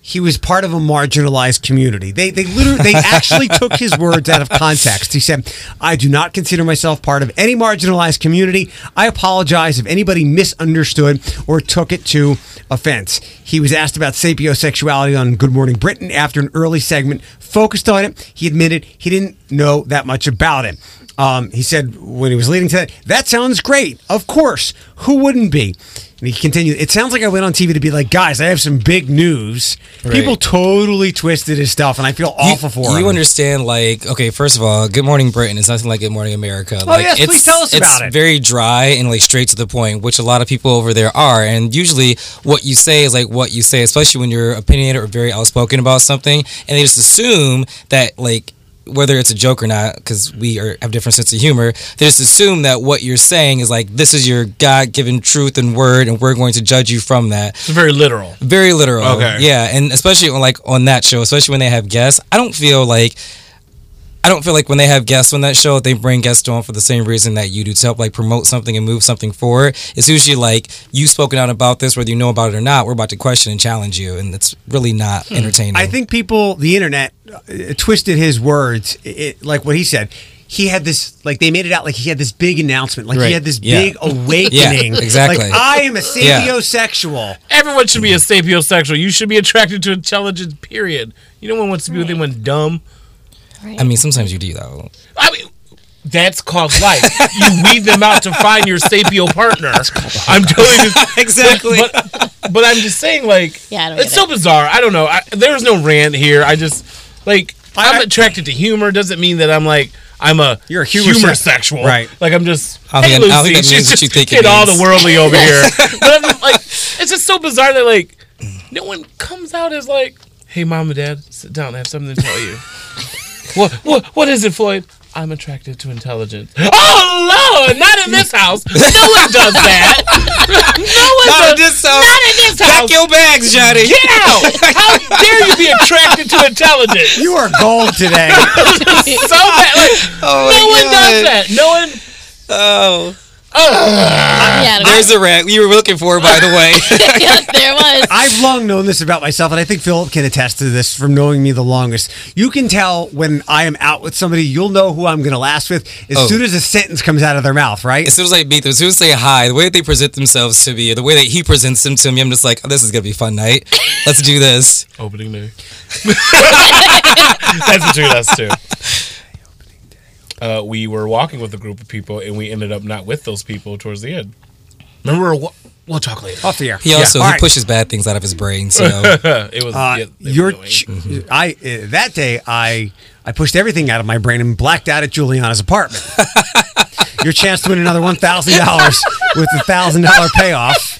he was part of a marginalized community. They they literally they actually took his words out of context. He said, "I do not consider myself part of any marginalized community. I apologize if anybody misunderstood or took it to offense." He was asked about sapiosexuality on Good Morning Britain after an early segment focused on it. He admitted he didn't know that much about it. Um, he said when he was leading to that, that sounds great. Of course, who wouldn't be? And he continued, it sounds like I went on TV to be like, guys, I have some big news. Right. People totally twisted his stuff, and I feel awful for you him. understand, like, okay, first of all, Good Morning Britain is nothing like Good Morning America. Oh, like, yes, please tell us it's about it. very dry and like straight to the point, which a lot of people over there are. And usually, what you say is like what you say, especially when you're opinionated or very outspoken about something, and they just assume that like. Whether it's a joke or not, because we are, have different sense of humor, they just assume that what you're saying is like this is your God-given truth and word, and we're going to judge you from that. It's very literal. Very literal. Okay. Yeah, and especially on like on that show, especially when they have guests, I don't feel like I don't feel like when they have guests on that show, they bring guests on for the same reason that you do to help like promote something and move something forward. It's usually like you've spoken out about this, whether you know about it or not. We're about to question and challenge you, and it's really not entertaining. I think people, the internet, uh, twisted his words, i- i like what he said. He had this, like, they made it out like he had this big announcement, like he Right. had this Yeah. big awakening. Yeah, exactly. Like, I am a Yeah. sapiosexual. Everyone should be a Mm-hmm. sapiosexual. You should be attracted to intelligence. Period. You know, one wants to be with anyone dumb. I mean, sometimes you do though. I mean, that's called life. you weed them out to find your sapio partner. I'm telling you exactly. But, but- but I'm just saying, like, Yeah, I don't it's get so bizarre. I don't know. I, there's no rant here. I just like I'm attracted to humor. Doesn't mean that I'm like I'm a you're a humor humor sec- sexual, right. Like I'm just I hey, think- I Lucy, think that means she's what just you think it getting all the means. worldly over here. but I'm just, like, it's just so bizarre that like no one comes out as like, hey, mom and dad, sit down. I have something to tell you. what what what is it, Floyd? I'm attracted to intelligence. Oh Lord, not in this house. No one does that. No one Not does in this house. Not in this house. Pack your bags, Johnny. Get out! How dare you be attracted to intelligence? You are gold today. so bad. Like, no one does that. No one. Oh. yeah, There's the rant you were looking for, by the way. yes, there was. I've long known this about myself, and I think Philip can attest to this from knowing me the longest. You can tell when I am out with somebody, you'll know who I'm going to last with as Oh. soon as a sentence comes out of their mouth, right? As soon as I meet them, as soon as they say hi, the way that they present themselves to me, the way that he presents them to me, I'm just like, oh, this is gonna be a fun night. Let's do this. Opening day. That's what you that's too. Uh, we were walking with a group of people, and we ended up not with those people towards the end. Remember, we were wa- we'll talk later. Off the air. He Yeah. also All he right. pushes bad things out of his brain. So it was Uh, yeah, your ch- I uh, that day I I pushed everything out of my brain and blacked out at Juliana's apartment. your chance to win another one thousand dollars with a thousand dollar payoff.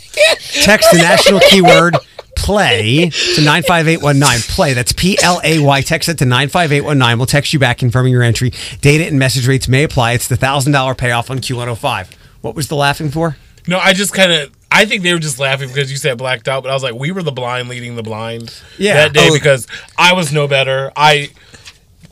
Text the national keyword play to 95819 play that's p-l-a-y text it to 95819 we'll text you back confirming your entry data and message rates may apply it's the $1000 payoff on q105 what was the laughing for No, I just kind of. I think they were just laughing because you said blacked out, but I was like, we were the blind leading the blind Yeah. that day Oh. because I was no better. I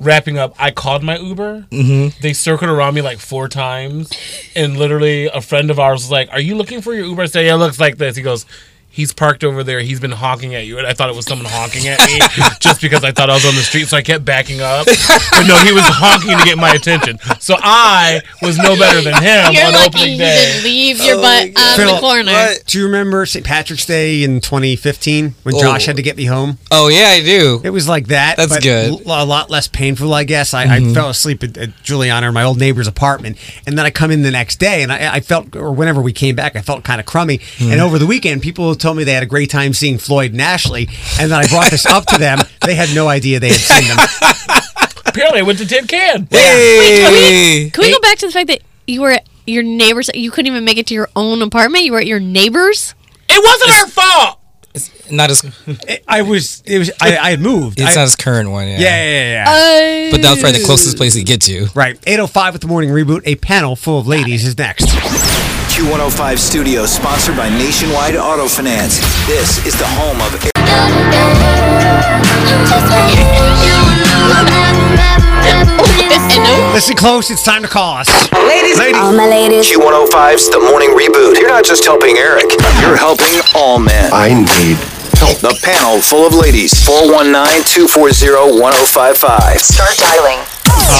wrapping up. I called my Uber. Mm-hmm. Mhm. They circled around me like four times, and literally a friend of ours was like, "Are you looking for your Uber?" I said, "Yeah, it looks like this." He goes, he's parked over there. He's been honking at you, and I thought it was someone honking at me just because I thought I was on the street, so I kept backing up. But no, he was honking to get my attention. So I was no better than him You're on lucky opening you day. didn't leave your butt on the Phil, corner. Do you remember St. Patrick's Day in 2015 when Oh. Josh had to get me home? Oh yeah, I do. It was like that. That's but good. l- a lot less painful, I guess. I, I Mhm. fell asleep at, at Juliana or my old neighbor's apartment, and then I come in the next day, and I, I felt, or whenever we came back, I felt kind of crummy. Mhm. And over the weekend, people told me they had a great time seeing Floyd and Ashley, and then I brought this up to them. They had no idea they had seen them. Apparently, I went to Tin Can. Can we, can we go back to the fact that you were at your neighbor's? You couldn't even make it to your own apartment. You were at your neighbor's. It wasn't our fault. Not as I was. It was. I, I had moved. It's I- not his current one. Yeah. Yeah, yeah, yeah. yeah. But that was probably the closest place to get to. Right. 805 with the morning reboot. A panel full of ladies is next. Q105 Studios, oh sponsored by Nationwide Auto Finance. This is the home of. Listen close. It's time to call us. Ladies, all my ladies. Q105's The Morning Reboot. You're not just helping Eric, you're helping all men. I need help. The panel full of ladies. 419 240 1055. Start dialing.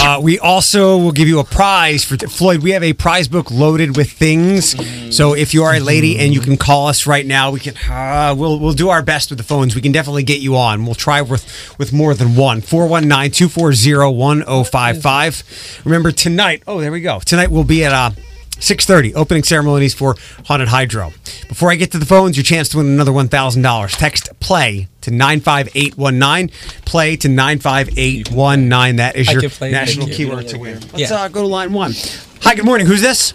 Uh, we also will give you a prize for Floyd. We have a prize book loaded with things. So if you are a lady and you can call us right now, we can. Uh, we'll we'll do our best with the phones. We can definitely get you on. We'll try with with more than one. 419-240-1055. Remember tonight. Oh, there we go. Tonight we'll be at. Uh, 6.30 opening ceremonies for haunted hydro before i get to the phones your chance to win another $1000 text play to 95819 play to 95819 that is I your can play, national thank you. keyword to win let's Yeah. uh, go to line one hi good morning who's this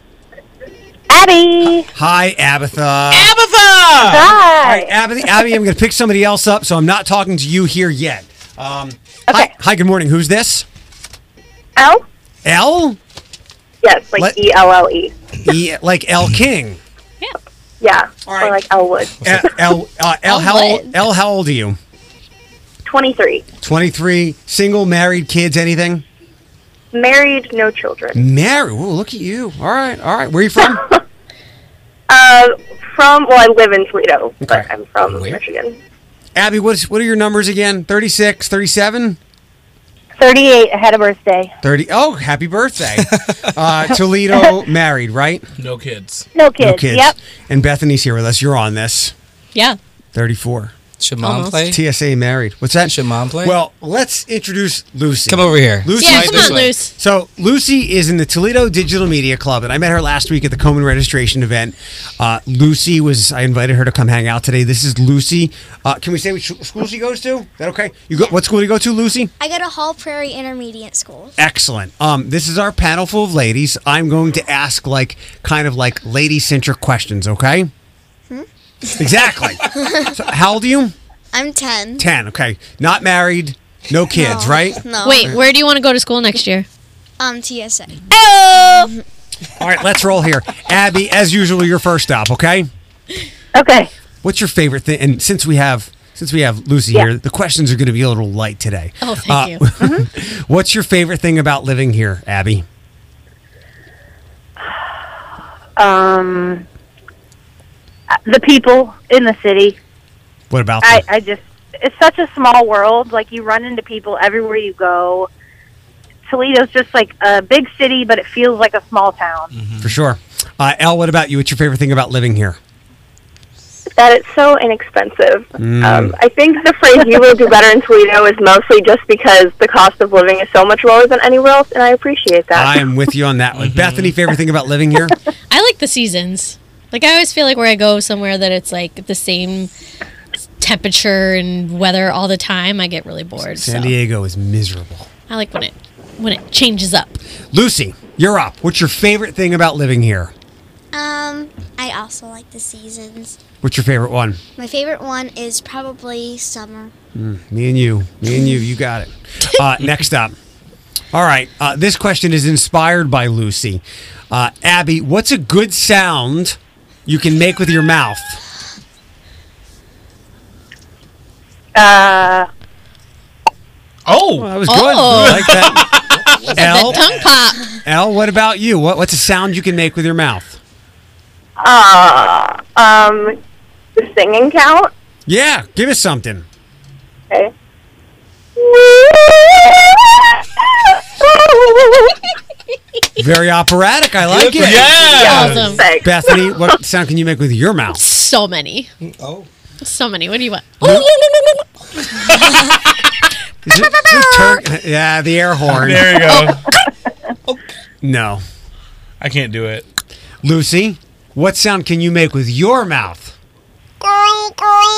abby hi abatha abatha Hi. All right, abby, abby i'm going to pick somebody else up so i'm not talking to you here yet um, hi, hi good morning who's this L? l Yes, like Let- E L L E. e, like l king Yeah. Or like Elwood. Uh, L, uh, L, how old, L, how old are you? 23. 23, single, married, kids, anything? Married, no children. Married. Ooh, look at you. All right, all right. Where are you from? Uh, from, well, I live in Toledo, but I'm from Michigan. Abby, what's, what are your numbers again? 36, 37? 38. I had a birthday. 30. Oh, happy birthday. uh, Toledo, married, right? No kids. No No kids. And Bethany's here with us. You're on this. Yeah. 34. Should mom Almost. play? TSA married. What's that? Should mom play? Well, let's introduce Lucy. Come over here. Lucy, Yeah, come on, Luce. So Lucy is in the Toledo Digital Media Club, and I met her last week at the Komen registration event. Uh, Lucy was. I invited her to come hang out today. This is Lucy. Uh, can we say which sh- school she goes to? Is that okay? You go. What school do you go to, Lucy? I go to Hall Prairie Intermediate School. Excellent. Um, this is our panel full of ladies. I'm going to ask like kind of like lady centric questions. Okay. Hmm? Exactly. so how old are you? I'm 10. Ten. Okay. Not married. No kids. No, right. no. Wait, where do you want to go to school next year? Um, TSA. Oh. All right, let's roll here. Abby, as usual, your first up, okay? Okay. What's your favorite thing? And since we have since we have Lucy here, the questions are going to be a little light today. Oh, Uh, thank you. Mm-hmm. What's your favorite thing about living here, Abby? Um, the people in the city. What about I, that? I just, it's such a small world. Like, you run into people everywhere you go. Toledo's just like a big city, but it feels like a small town. for sure? Uh, Elle, what about you? What's your favorite thing about living here? that it's so inexpensive. Mm. I think the phrase "you will do better in Toledo" is mostly just because the cost of living is so much lower than anywhere else, and I appreciate that. I am with you on that one. Bethany, favorite thing about living here? I like the seasons. Like I always feel like where I go somewhere that it's like the same temperature and weather all the time, I get really bored. San So Diego is miserable. I like when it when it changes up. Lucy, you're up. What's your favorite thing about living here? Um, I also like the seasons. What's your favorite one? My favorite one is probably summer. Mm, me and you. Me and you. You got it. Uh, next up. All right. Uh, this question is inspired by Lucy. Uh, Abby, what's a good sound you can make with your mouth? Uh, oh, that was good. I like that. Elle, tongue pop. Elle, what about you? What, what's a sound you can make with your mouth? Uh, um, the singing count? Yeah, give us something. Okay. Very operatic. I like Good it. for Yeah. you. Awesome. Thanks. Bethany, what sound can you make with your mouth? So many. Oh. So many. What do you want? Is it- is it Turk? Yeah, the air horn. There you go. No. I can't do it. Lucy, what sound can you make with your mouth? Well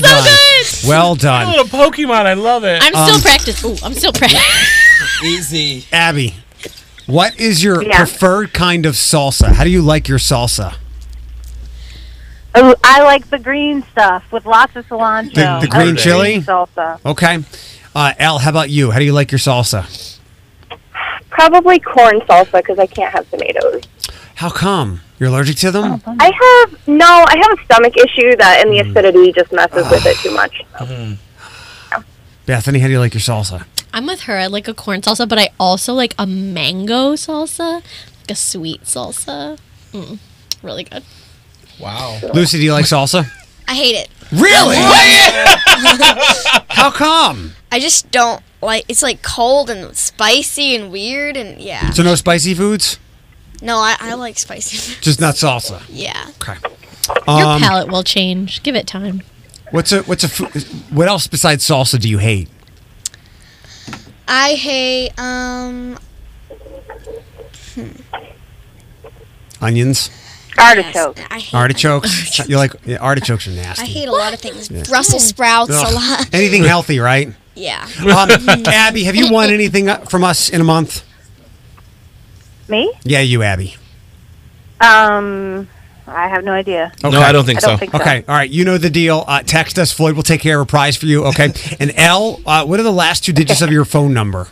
So done. good. Well done. little Pokemon. I love it. I'm still Um, practicing. Ooh, I'm still practicing. Easy. Abby, what is your Yeah. preferred kind of salsa? How do you like your salsa? Oh, I like the green stuff with lots of cilantro. The- the I green like chili? salsa. Okay. Uh, Elle, how about you? How do you like your salsa? Probably corn salsa because I can't have tomatoes. How come? You're allergic to them? I have no, I have a stomach issue that, and the acidity just messes with it too much. Bethany, how do you like your salsa? I'm with her. I like a corn salsa, but I also like a mango salsa, like a sweet salsa. Mm, really good. Wow. Lucy, do you like salsa? I hate it. Really? How come? I just don't like. It's like cold and spicy and weird and yeah. So no spicy foods? No, I, I like spicy. Just not salsa. yeah. Okay. Your Um, palate will change. Give it time. What's a what's a food, what else besides salsa do you hate? I hate um Onions, artichokes. I hate artichokes. you like yeah, artichokes are I nasty. hate a lot of things. Yeah. Brussels sprouts Ugh. a lot. Anything healthy, right? Yeah. Um, Abby, have you won anything uh, from us in a month? Me? Yeah, you, Abby. Um, I have no idea. Okay, all right. You know the deal. Uh, text us. Floyd will take care of a prize for you. Okay. And L, uh, what are the last two digits of your phone number?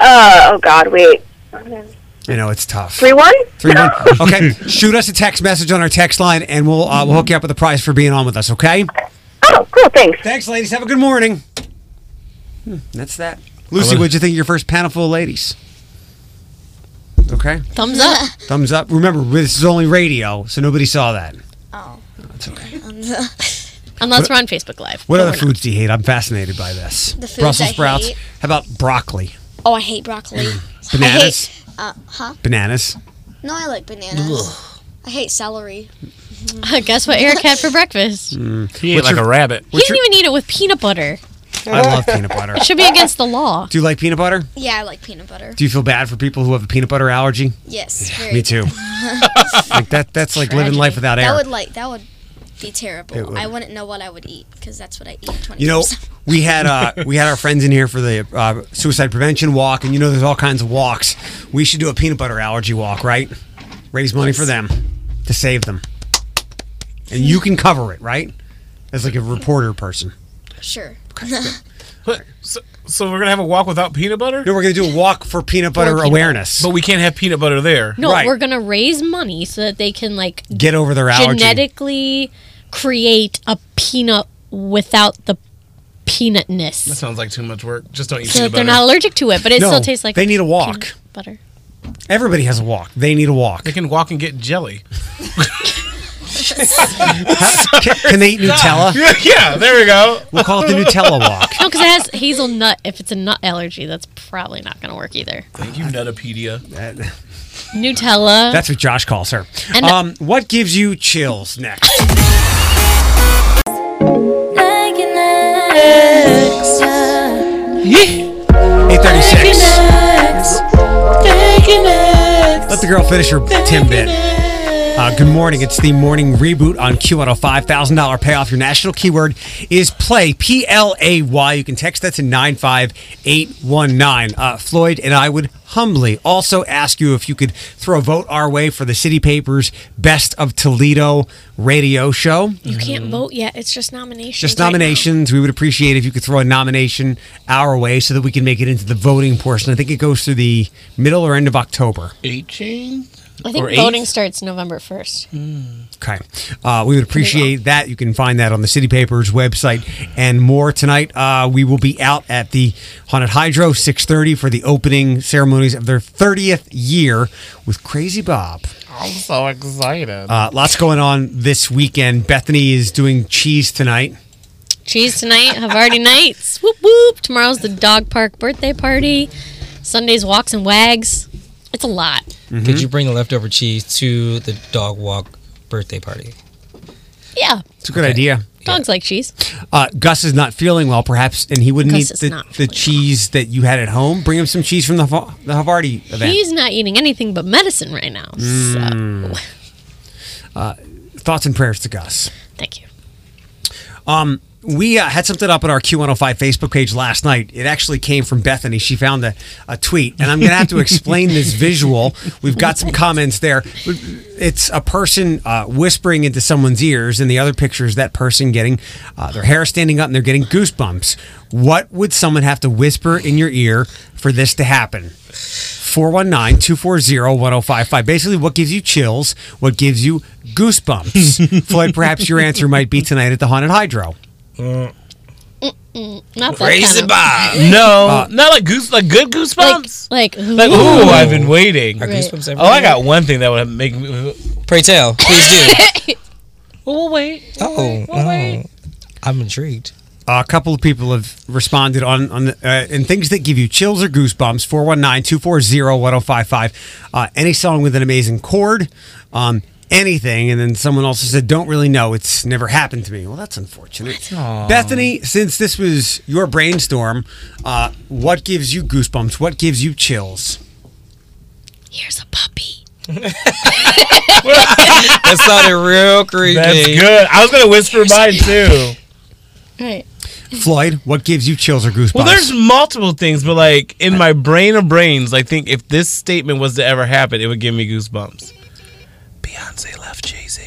Uh, oh God, wait, You know it's tough. three one. Three one. Okay. Shoot us a text message on our text line, and we'll uh, we'll hook you up with a prize for being on with us. Okay. Oh, cool. Thanks. Thanks, ladies. Have a good morning. Hmm, That's that. Lucy, what'd you think of your first panel full of ladies? Okay. Thumbs up. Thumbs up. Remember, this is only radio, so nobody saw that. Um, Unless What- we're on Facebook Live. What But other we're not. foods do you hate? I'm fascinated by this. Oh The foods Brussels I sprouts. hate. How about broccoli? Oh, I hate broccoli. Mm. Bananas. I hate, uh, huh? Bananas. No, I like bananas. I hate celery. Guess what Eric had for breakfast? Mm. He ate What's like your- a rabbit. He didn't even eat it with peanut butter. I love peanut butter. It should be against the law. Do you like peanut butter? Yeah, I like peanut butter. Do you feel bad for people who have a peanut butter allergy? Yes. Yeah, very me bad. too. like that. That's like living life without air. That would like that would be terrible. It would. I wouldn't know what I would eat because that's what I eat. 20 You know, we had uh, we had our friends in here for the uh, suicide prevention walk, and you know, there's all kinds of walks. We should do a peanut butter allergy walk, right? Raise money for them to save them, and you can cover it, right? As like a reporter person. Sure. So, so we're gonna have a walk without peanut butter. No, we're gonna do a walk for peanut butter awareness. But we can't have peanut butter there. No, Right. we're gonna raise money so that they can like Get over their allergy. genetically create a peanut without the peanutness. That sounds like too much work. Just don't eat so peanut that butter. they're not allergic to it, but it No, still tastes like they need a walk. peanut butter. Everybody has a walk. They need a walk. They can walk and get jelly. How- can, can they eat Nutella? Yeah, yeah, there we go. We'll call it the Nutella walk. No, because it has hazelnut. If it's a nut allergy, that's probably not gonna work either. Thank you, Nutopedia. That- Nutella. that's what Josh calls her. And- um, what gives you chills next? Eight thirty-six. Let the girl finish her Timbit. Uh, good morning. It's the morning reboot on Q105. $1,000 payoff. Your national keyword is play, P L A Y. You can text that to 95819. Uh, Floyd and I would humbly also ask you if you could throw a vote our way for the City Paper's Best of Toledo radio show. you can't vote yet. It's just nominations. Just right now. nominations. We would appreciate if you could throw a nomination our way so that we can make it into the voting portion. I think it goes through the middle or end of October. 18? I think Or eighth? voting starts November 1st. Okay. Uh, we would appreciate that. You can find that on the City Papers website and more tonight. Uh, we will be out at the Haunted Hydro 6:30 for the opening ceremonies of their 30th year with Crazy Bob. I'm so excited. Uh, lots going on this weekend. Bethany is doing cheese tonight. Cheese tonight, Havarti nights. Whoop whoop. Tomorrow's the dog park birthday party. Sunday's walks and wags. It's a lot. Mm-hmm. Could you bring the leftover cheese to the dog walk birthday party? Yeah. It's a good idea. Dogs like cheese. Uh, Gus is not feeling well, perhaps, and he would Gus need is the, not the cheese that you had at home. Bring him some cheese from the, Hav- the Havarti event. He's not eating anything but medicine right now. Mm. Uh, thoughts and prayers to Gus. Thank you. Um, we uh, had something up on our Q105 Facebook page last night. It actually came from Bethany. She found a, a tweet, and I'm going to have to explain this visual. We've got some comments there. It's a person uh, whispering into someone's ears, and the other picture is that person getting uh, their hair standing up and they're getting goosebumps. What would someone have to whisper in your ear for this to happen? 419-240-1055. Basically, what gives you chills? What gives you goosebumps? Floyd, perhaps your answer might be tonight at the Haunted Hydro. Mm, not that Crazy kind of- Bob. No, not like goose, like good goosebumps. Like, Like, uh, ooh, I've been waiting. Are goosebumps Oh, I everywhere? got one thing that would make me. Pray tell, please do. Well, we'll wait. oh, oh, I'm intrigued. a couple of people have responded on on the, uh, and things that give you chills or goosebumps 419-240-1055 uh, any song with an amazing chord um, anything and then someone also said don't really know it's never happened to me well that's unfortunate Aw. bethany since this was your brainstorm uh, what gives you goosebumps what gives you chills Here's a puppy. that sounded real creepy. That's good. I was gonna whisper mine too. Right. floyd what gives you chills or goosebumps Well, there's multiple things, but like in my brain of brains, I think if this statement was to ever happen, it would give me goosebumps. Beyonce left Jay Z.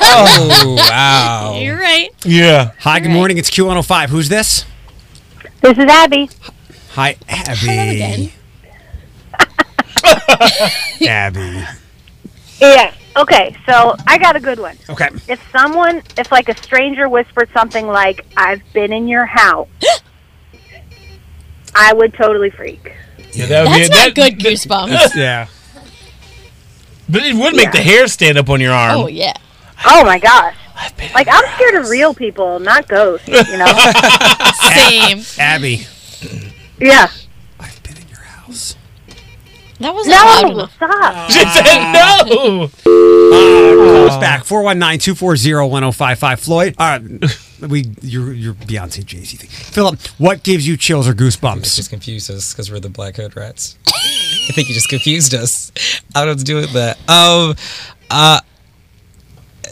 oh wow You're right. yeah hi good morning it's q105 who's this This is Abby. hi abby again. abby Yeah. Okay. So I got a good one. okay If someone, if like a stranger whispered something like, "I've been in your house," I would totally freak. Yeah, that That's would not good goosebumps. yeah. But it would make the hair stand up on your arm. Oh, yeah. Oh my gosh. Like I'm scared of real people, not ghosts. You know. Same. abby yeah. That wasn't loud No. enough. Stop. She said no. Call us back 419-240-1055 Floyd. All right, we your your Beyonce Jay Z thing. Philip, what gives you chills or It goosebumps? just confused us because we're the black hood rats. I think you just confused us. I don't have to do with that. Um, uh,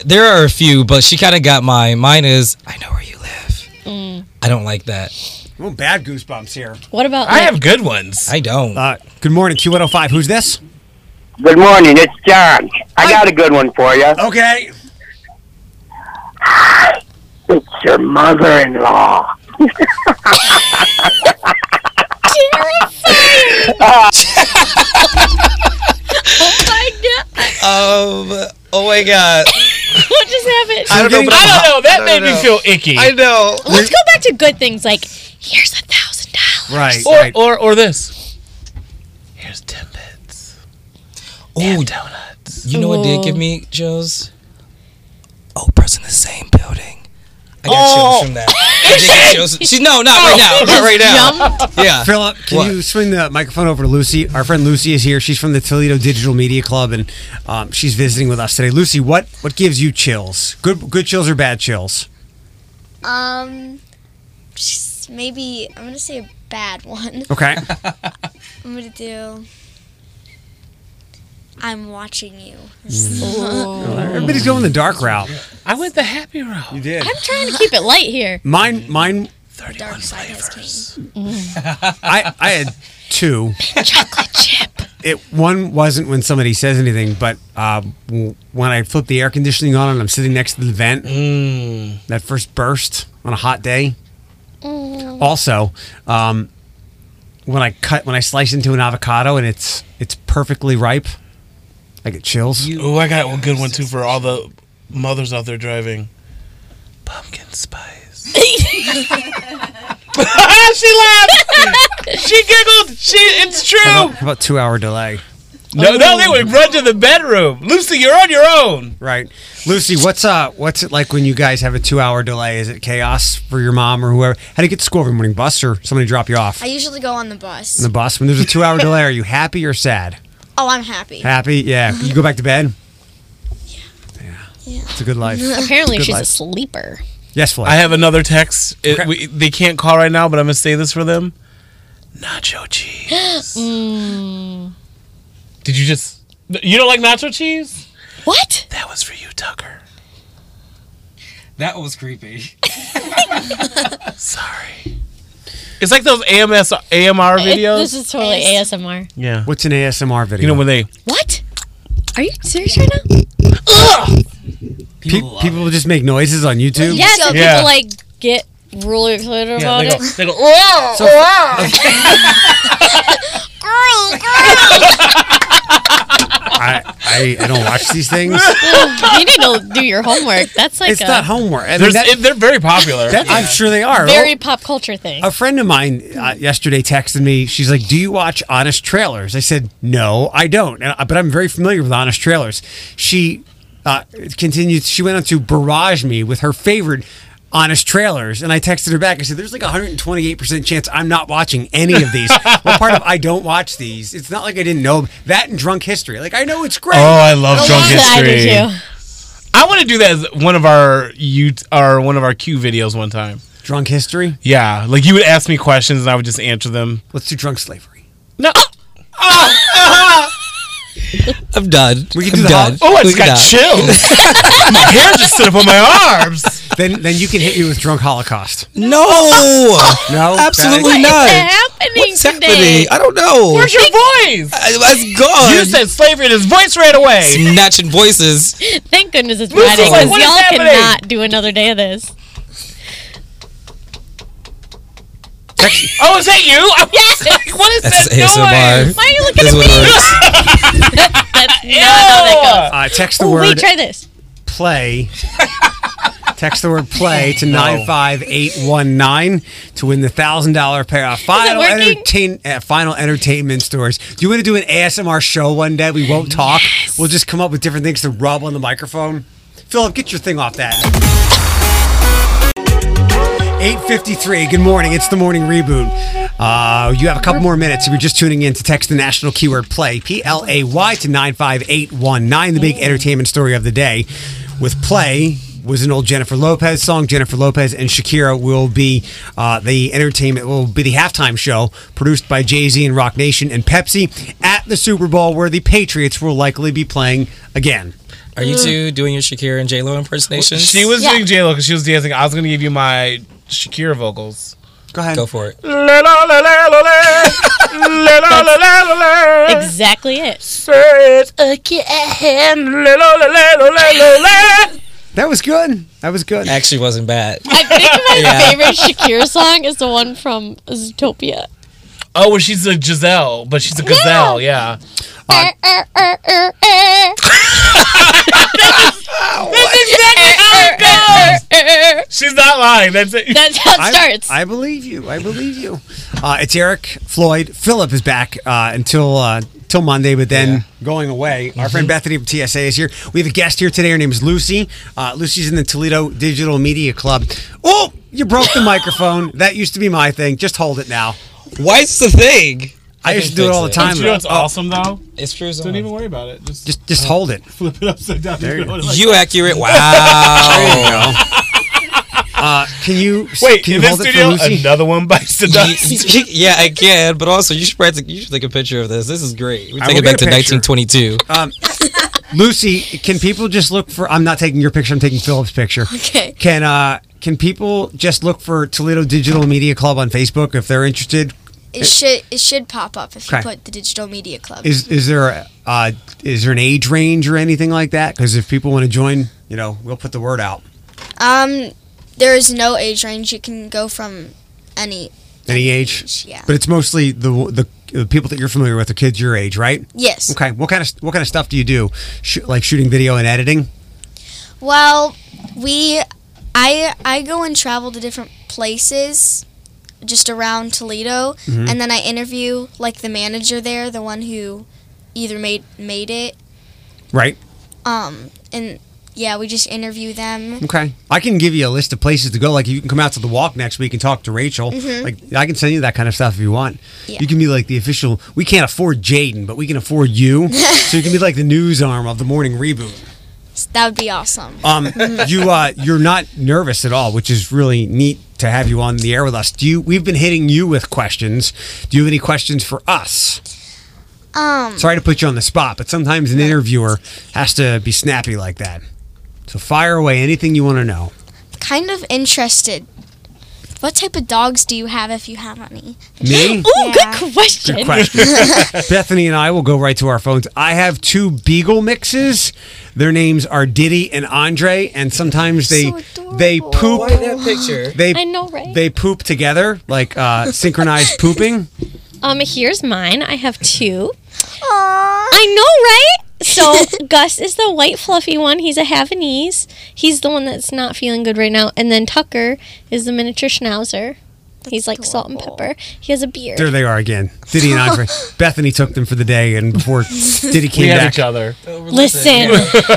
there are a few, but she kind of got mine. Mine is I know where you live. I don't like that. Well, bad goosebumps here. What about? I like- have good ones. I don't. Uh, good morning, Q105. Who's this? Good morning, it's John. I got a good one for you. Okay. It's your mother-in-law. Um. Oh my god. what just happened? I don't know. but I'm hot. I don't know. I know. Let's go back to good things like here's a thousand Right. dollars. Or right. or or this. Here's ten bits. Oh, donuts. You know what did give me chills? Oprah's in the same building. I got Oh. chills from that. I did get chills. She's no, not right now. Not right now. Yeah. Philip, can What? you swing the microphone over to Lucy? Our friend Lucy is here. She's from the Toledo Digital Media Club and um, she's visiting with us today. Lucy, what what gives you chills? Good good chills or bad chills? Um, just maybe I'm gonna say a bad one. Okay. I'm gonna do. I'm watching you. Everybody's going the dark route. I went the happy route. You did. I'm trying to keep it light here. Mine mine The dark side has came. I I had two. Chocolate chip. It one wasn't when somebody says anything, but uh, w- when I flip the air conditioning on and I'm sitting next to the vent, that first burst on a hot day. Also, um, when I cut when I slice into an avocado and it's it's perfectly ripe, I get chills. Oh, I got a good one too for all the mothers out there driving. Pumpkin spice. she laughed. She giggled. She. How It's true. about, how about two hour delay? Uh-huh. No, no, they would run to the bedroom. Lucy, you're on your own. Right, Lucy. What's uh, what's it like when you guys have a two hour delay? Is it chaos for your mom or whoever? How do you get to school every morning? Bus or somebody drop you off? I usually go on the bus. In the bus when there's a two hour delay, are you happy or sad? Oh, I'm happy. Happy, yeah. You go back to bed. Yeah, yeah. It's a good life. Apparently, It's a good she's a life. sleeper. Yes, Floyd. I have another text. It, we, they can't call right now, but I'm gonna say this for them. Nacho cheese. Mm. Did you just? You don't like nacho cheese? What? That was for you, Tucker. That was creepy. Sorry. It's like those AMS AMR It- videos. this is totally ASMR. yeah. What's an ASMR video? You know when they What? Are you serious right now? Pe- people, just make noises on YouTube. Yes, and people like get really excited about they go- it. they go, oh, So- I, I, I don't watch these Oh things. you need to do your homework. That's like it's a not homework. I mean, There's- that- it- they're very popular. that- I'm sure they are. very pop culture thing. A friend of mine uh, yesterday texted me. She's like, "Do you watch Honest Trailers?" I said, "No, I don't." And, uh, but I'm very familiar with Honest Trailers. She uh, continued. She went on to barrage me with her favorite Honest Trailers, and I texted her back. I said, "There's like a 128 percent chance I'm not watching any of these. what part of I don't watch these? It's not like I didn't know that in Drunk History. Like I know it's great. Oh, I love don't Drunk watch it. History. I want to do that as one of our you or one of our Q videos one time. Drunk history? Yeah, like you would ask me questions and I would just answer them. Let's do drunk slavery. No. oh, I'm done. We I'm done. Oh, I We just got done. chills. my hair just stood up on my arms. Then, then you can hit me with Drunk Holocaust. No, No, Patty? absolutely not. happening What's happening? I don't know. Where's your voice? Let's go. You said slavery and his voice right away. Snatching voices. Thank goodness it's Lucy, Friday like, because what is y'all happening? cannot do another day of this. Oh, is that you? I was like, what is That's that ASMR. noise? Why are you looking That's at what me? it is. That's not how that Uh, text the goes. Ooh, word. wait, try this. play. Text the word play to 95819 to win the $1,000 pair of final, working? entertain, uh, final entertainment stores. Do you want to do an ASMR show one day? We won't talk. We'll just come up with different things to rub on the microphone. Philip, get your thing off that. 853, good morning. It's the morning reboot. Uh, you have a couple more minutes if you're just tuning in to text the national keyword play, P L A Y, to 95819, the big entertainment story of the day. With play, was an old Jennifer Lopez song. Jennifer Lopez and Shakira will be uh, the entertainment, will be the halftime show produced by Jay Z and Rock Nation and Pepsi at the Super Bowl, where the Patriots will likely be playing again. Are you two doing your Shakira and J Lo impersonations? She was doing J Lo because she was dancing. I was gonna give you my Shakira vocals. Go ahead. Go for it. La la la la la la. La la la la la la. Exactly it. Say it again. La la la la la la la la. That was good. That was good. Actually, wasn't bad. I think my Yeah. favorite Shakira song is the one from Zootopia. Oh, well, she's a Giselle, but she's a gazelle. Yeah. Uh, She's not lying. That's it. That's how I- it starts. I believe you. I believe you. Uh, it's Eric Floyd. Philip is back uh, until uh, till Monday, but then going away. Mm-hmm. Our friend Bethany from TSA is here. We have a guest here today. Her name is Lucy. Uh, Lucy's in the Toledo Digital Media Club. Oh, you broke the microphone. That used to be my thing. Just hold it now. Why is the thing? I, used to do it all the time. Don't you know though. it's awesome though? It's true. Don't even worry about it. Just Just just hold it. flip it upside down. There you go. You accurate. Wow. Uh, can you Wait, Can you in this hold studio, it for Lucy? another one bites the dust. yeah, I can. But also, you should practice, you should take a picture of this. This is great. We I take will it back get a picture. to 1922. Um, Lucy, can people just look for? I'm not taking your picture. I'm taking Philip's picture. Okay. Can uh can people just look for Toledo Digital Media Club on Facebook if they're interested? It should it should pop up if you Okay. put the digital media club. Is is there a, uh is there an age range or anything like that? Because if people want to join, you know, we'll put the word out. um, there is no age range. You can go from any Any age, yeah. but it's mostly the the the people that you're familiar with are kids your age, right? Yes. Okay. What kind of what kind of stuff do you do? Sh- like shooting video and editing? Well, we, I, I go and travel to different places, just around Toledo, Mm-hmm. Mhm. and then I interview like the manager there, the one who either made made it, Right. um, and yeah, we just interview them. Okay. I can give you a list of places to go. Like you can come out to the walk next week and talk to Rachel. Mhm. Like I can send you that kind of stuff if you want. Yeah. You can be like the official. We can't afford Jaden, but we can afford you. so you can be like the news arm of the morning reboot. That would be awesome. Um, you uh, you're not nervous at all, which is really neat to have you on the air with us. Do you? We've been hitting you with questions. Do you have any questions for us? Um, Sorry to put you on the spot, but sometimes an interviewer has to be snappy like that. So fire away anything you want to know. kind of interested. What type of dogs do you have if you have any? Me? Oh, good question. Good question. Bethany and I will go right to our phones. I have two Beagle mixes. Their names are Diddy and Andre, and sometimes they they poop. Why that picture? They I know, right? They poop together, like uh, synchronized pooping. Um, here's mine. I have two. I know, right? So Gus is the white fluffy one. He's a Havanese. He's the one that's not feeling good right now. And then Tucker is the miniature Schnauzer. He's like salt and pepper. He has a beard. There they are again. Diddy and Andre. Bethany took them for the day, and before Diddy came We had back, each other. Listen,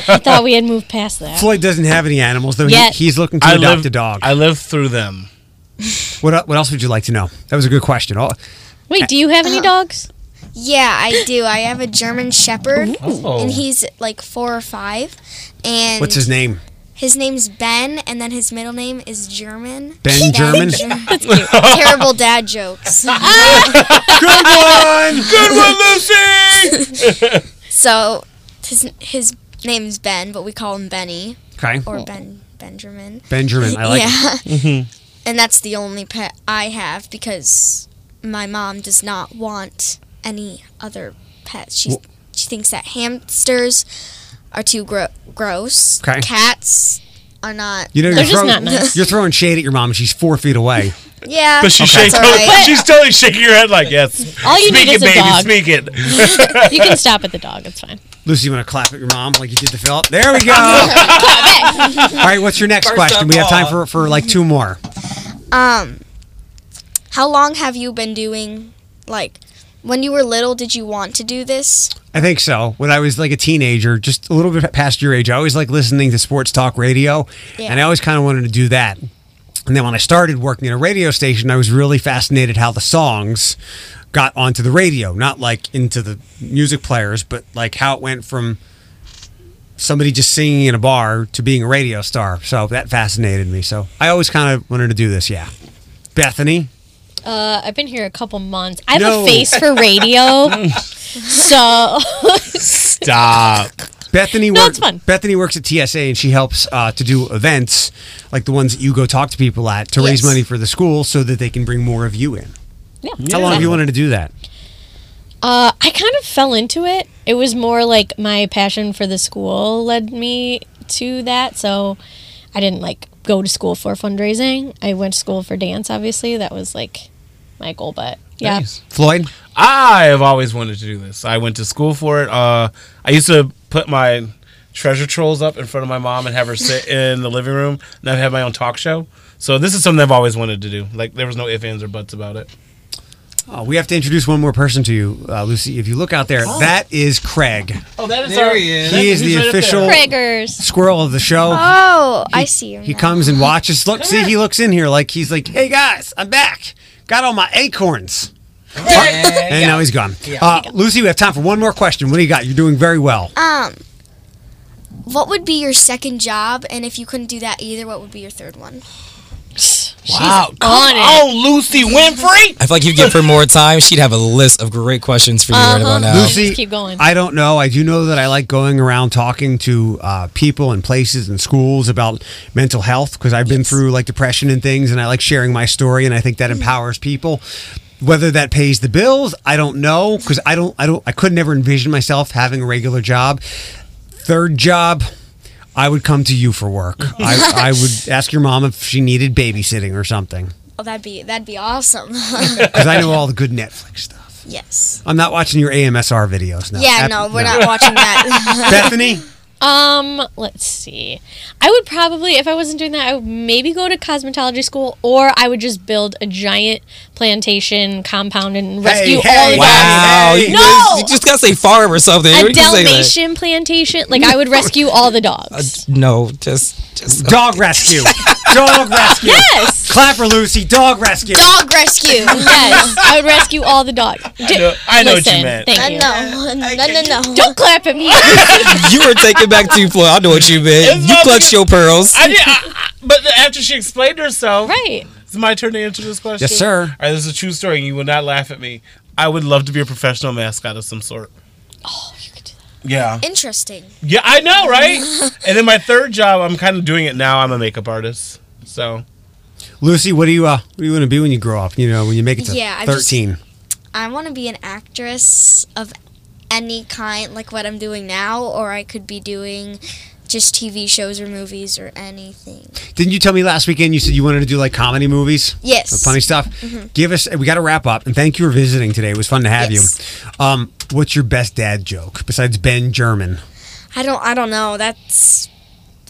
I thought we had moved past that. Floyd doesn't have any animals, though. Yet. He, he's looking to I adopt live- a dog. I live through them. What el- What else would you like to know? That was a good question. Oh, All- Wait, do you have any dogs? Yeah, I do. I have a German Shepherd, Ooh. and he's like four or five. And Oh. What's his name? His name's Ben, and then his middle name is German. Ben That's German? German. Terrible dad jokes. Good one. Good one, Lucy. so his his name's Ben, but we call him Benny. Okay. Or Ben Benjamin. Benjamin. I like yeah. it. Mm-hmm. And that's the only pet I have because my mom does not want any other pets. She Wh- she thinks that hamsters are too gro- gross. 'Kay. Cats are not. You know, you're throwing, you're throwing shade at your mom, and she's four feet away. yeah, But she Okay. shake That's all right. she's totally shaking her head like yes. All you speak need it, is a baby, dog. speak it. You can stop at the dog. It's fine. Lucy, you want to clap at your mom like you did to Philip? There we go. All right, what's your next First question? of We have time all. for, for like two more. Um, how long have you been doing? Like, when you were little, did you want to do this? I think so. When I was like a teenager, just a little bit past your age, I always like listening to sports talk radio, Yeah. and I always kind of wanted to do that. And then when I started working at a radio station, I was really fascinated how the songs got onto the radio, not like into the music players, but like how it went from somebody just singing in a bar to being a radio star. So that fascinated me. So I always kind of wanted to do this. Yeah. Bethany, Uh, I've been here a couple months. I have No. a face for radio, so Stop. Bethany No, works. it's fun. Bethany works at TSA and she helps uh, to do events like the ones that you go talk to people at to raise Yes. money for the school so that they can bring more of you in. yeah. How long have you wanted to do that? Uh, I kind of fell into it. It was more like my passion for the school led me to that. So I didn't like go to school for fundraising. I went to school for dance, obviously. That was like my goal, but yeah. Floyd? I have always wanted to do this. I went to school for it. Uh, I used to put my treasure trolls up in front of my mom and have her sit in the living room, and I've had my own talk show. So this is something I've always wanted to do. Like there was no ifs, ands, or buts about it. Oh, we have to introduce one more person to you, uh, Lucy. If you look out there, Oh. that is Craig. Oh, that is There our- he is. that- He is he's the right up there. official Craigers. squirrel of the show. Oh, I see. He comes and watches. Look, see, he looks in here like he's like, "Hey guys, I'm back. Got all my acorns." and now he's gone. Yeah. Uh, Lucy, we have time for one more question. What do you got? You're doing very well. Um, what would be your second job? And if you couldn't do that either, what would be your third one? Wow, come on on, it. Lucy Winfrey. I feel like if you give her more time, she'd have a list of great questions for you right about now. Lucy, I don't know. I do know that I like going around talking to uh, people and places and schools about mental health because I've been through like depression and things, and I like sharing my story, and I think Mm. that empowers people. Whether that pays the bills, I don't know because I don't, I don't, I could never envision myself having a regular job. Third job. I would come to you for work. I, I would ask your mom if she needed babysitting or something Oh, that'd be that'd be awesome. because I know all the good Netflix stuff. Yes. I'm not watching your AMSR videos now. Yeah, Ab- no, we're not watching that. Bethany, Um, let's see. I would probably, if I wasn't doing that, I would maybe go to cosmetology school, or I would just build a giant plantation compound and rescue all the wow. dogs. You, no, you just gotta say farm or something. What a you gonna say, like- Dalmatian plantation. Like I would rescue all the dogs. No, just just dog rescue. dog rescue. Yes. Clapper Lucy, dog rescue. Dog rescue. yes, I would rescue all the dogs. I know- I know what you Listen, meant. Thank I you. know. No, no, no. Don't clap at me. you were taken back too far. I know what you meant. You clutched your pearls. I, did- I, I- but after she explained herself, right? It's my turn to answer this question. Yes, sir. All right, this is a true story, and you will not laugh at me. I would love to be a professional mascot of some sort. Oh, Yeah, Interesting. yeah, I know, right? and then my third job, I'm kind of doing it now. I'm a makeup artist, so Lucy, what do you uh, what do you want to be when you grow up? You know, when you make it to Yeah, I just- 13. I want to be an actress of any kind, like what I'm doing now, or I could be doing just TV shows or movies or anything. Didn't you tell me last weekend you said you wanted to do like comedy movies? Yes. The funny stuff. Mhm. Give us. We got to wrap up. And thank you for visiting today. It was fun to have you. Um, what's your best dad joke besides Ben German? I don't. I don't know. That's.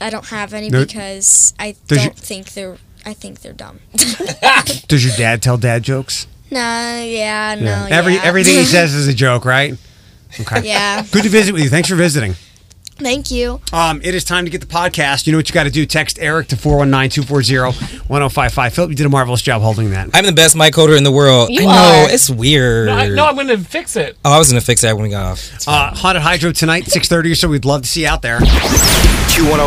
I don't have any No- because I Does don't your- think they're. I think they're dumb. Does your dad tell dad jokes? nah. Yeah. No. Yeah. Every everything he says is a joke, right? Okay. Yeah. Good to visit with you. Thanks for visiting. Thank you. Um, it is time to get the podcast. You know what you got to do? Text Eric to 419-240-1055. Philip, you did a marvelous job holding that. I'm the best mic holder in the world. You I know are. it's weird. No, I- no, I'm going to fix it. Oh, I was gonna fix that when we got off. Uh, Haunted Hydro tonight, 6.30 or so. We'd love to see you out there. Q105.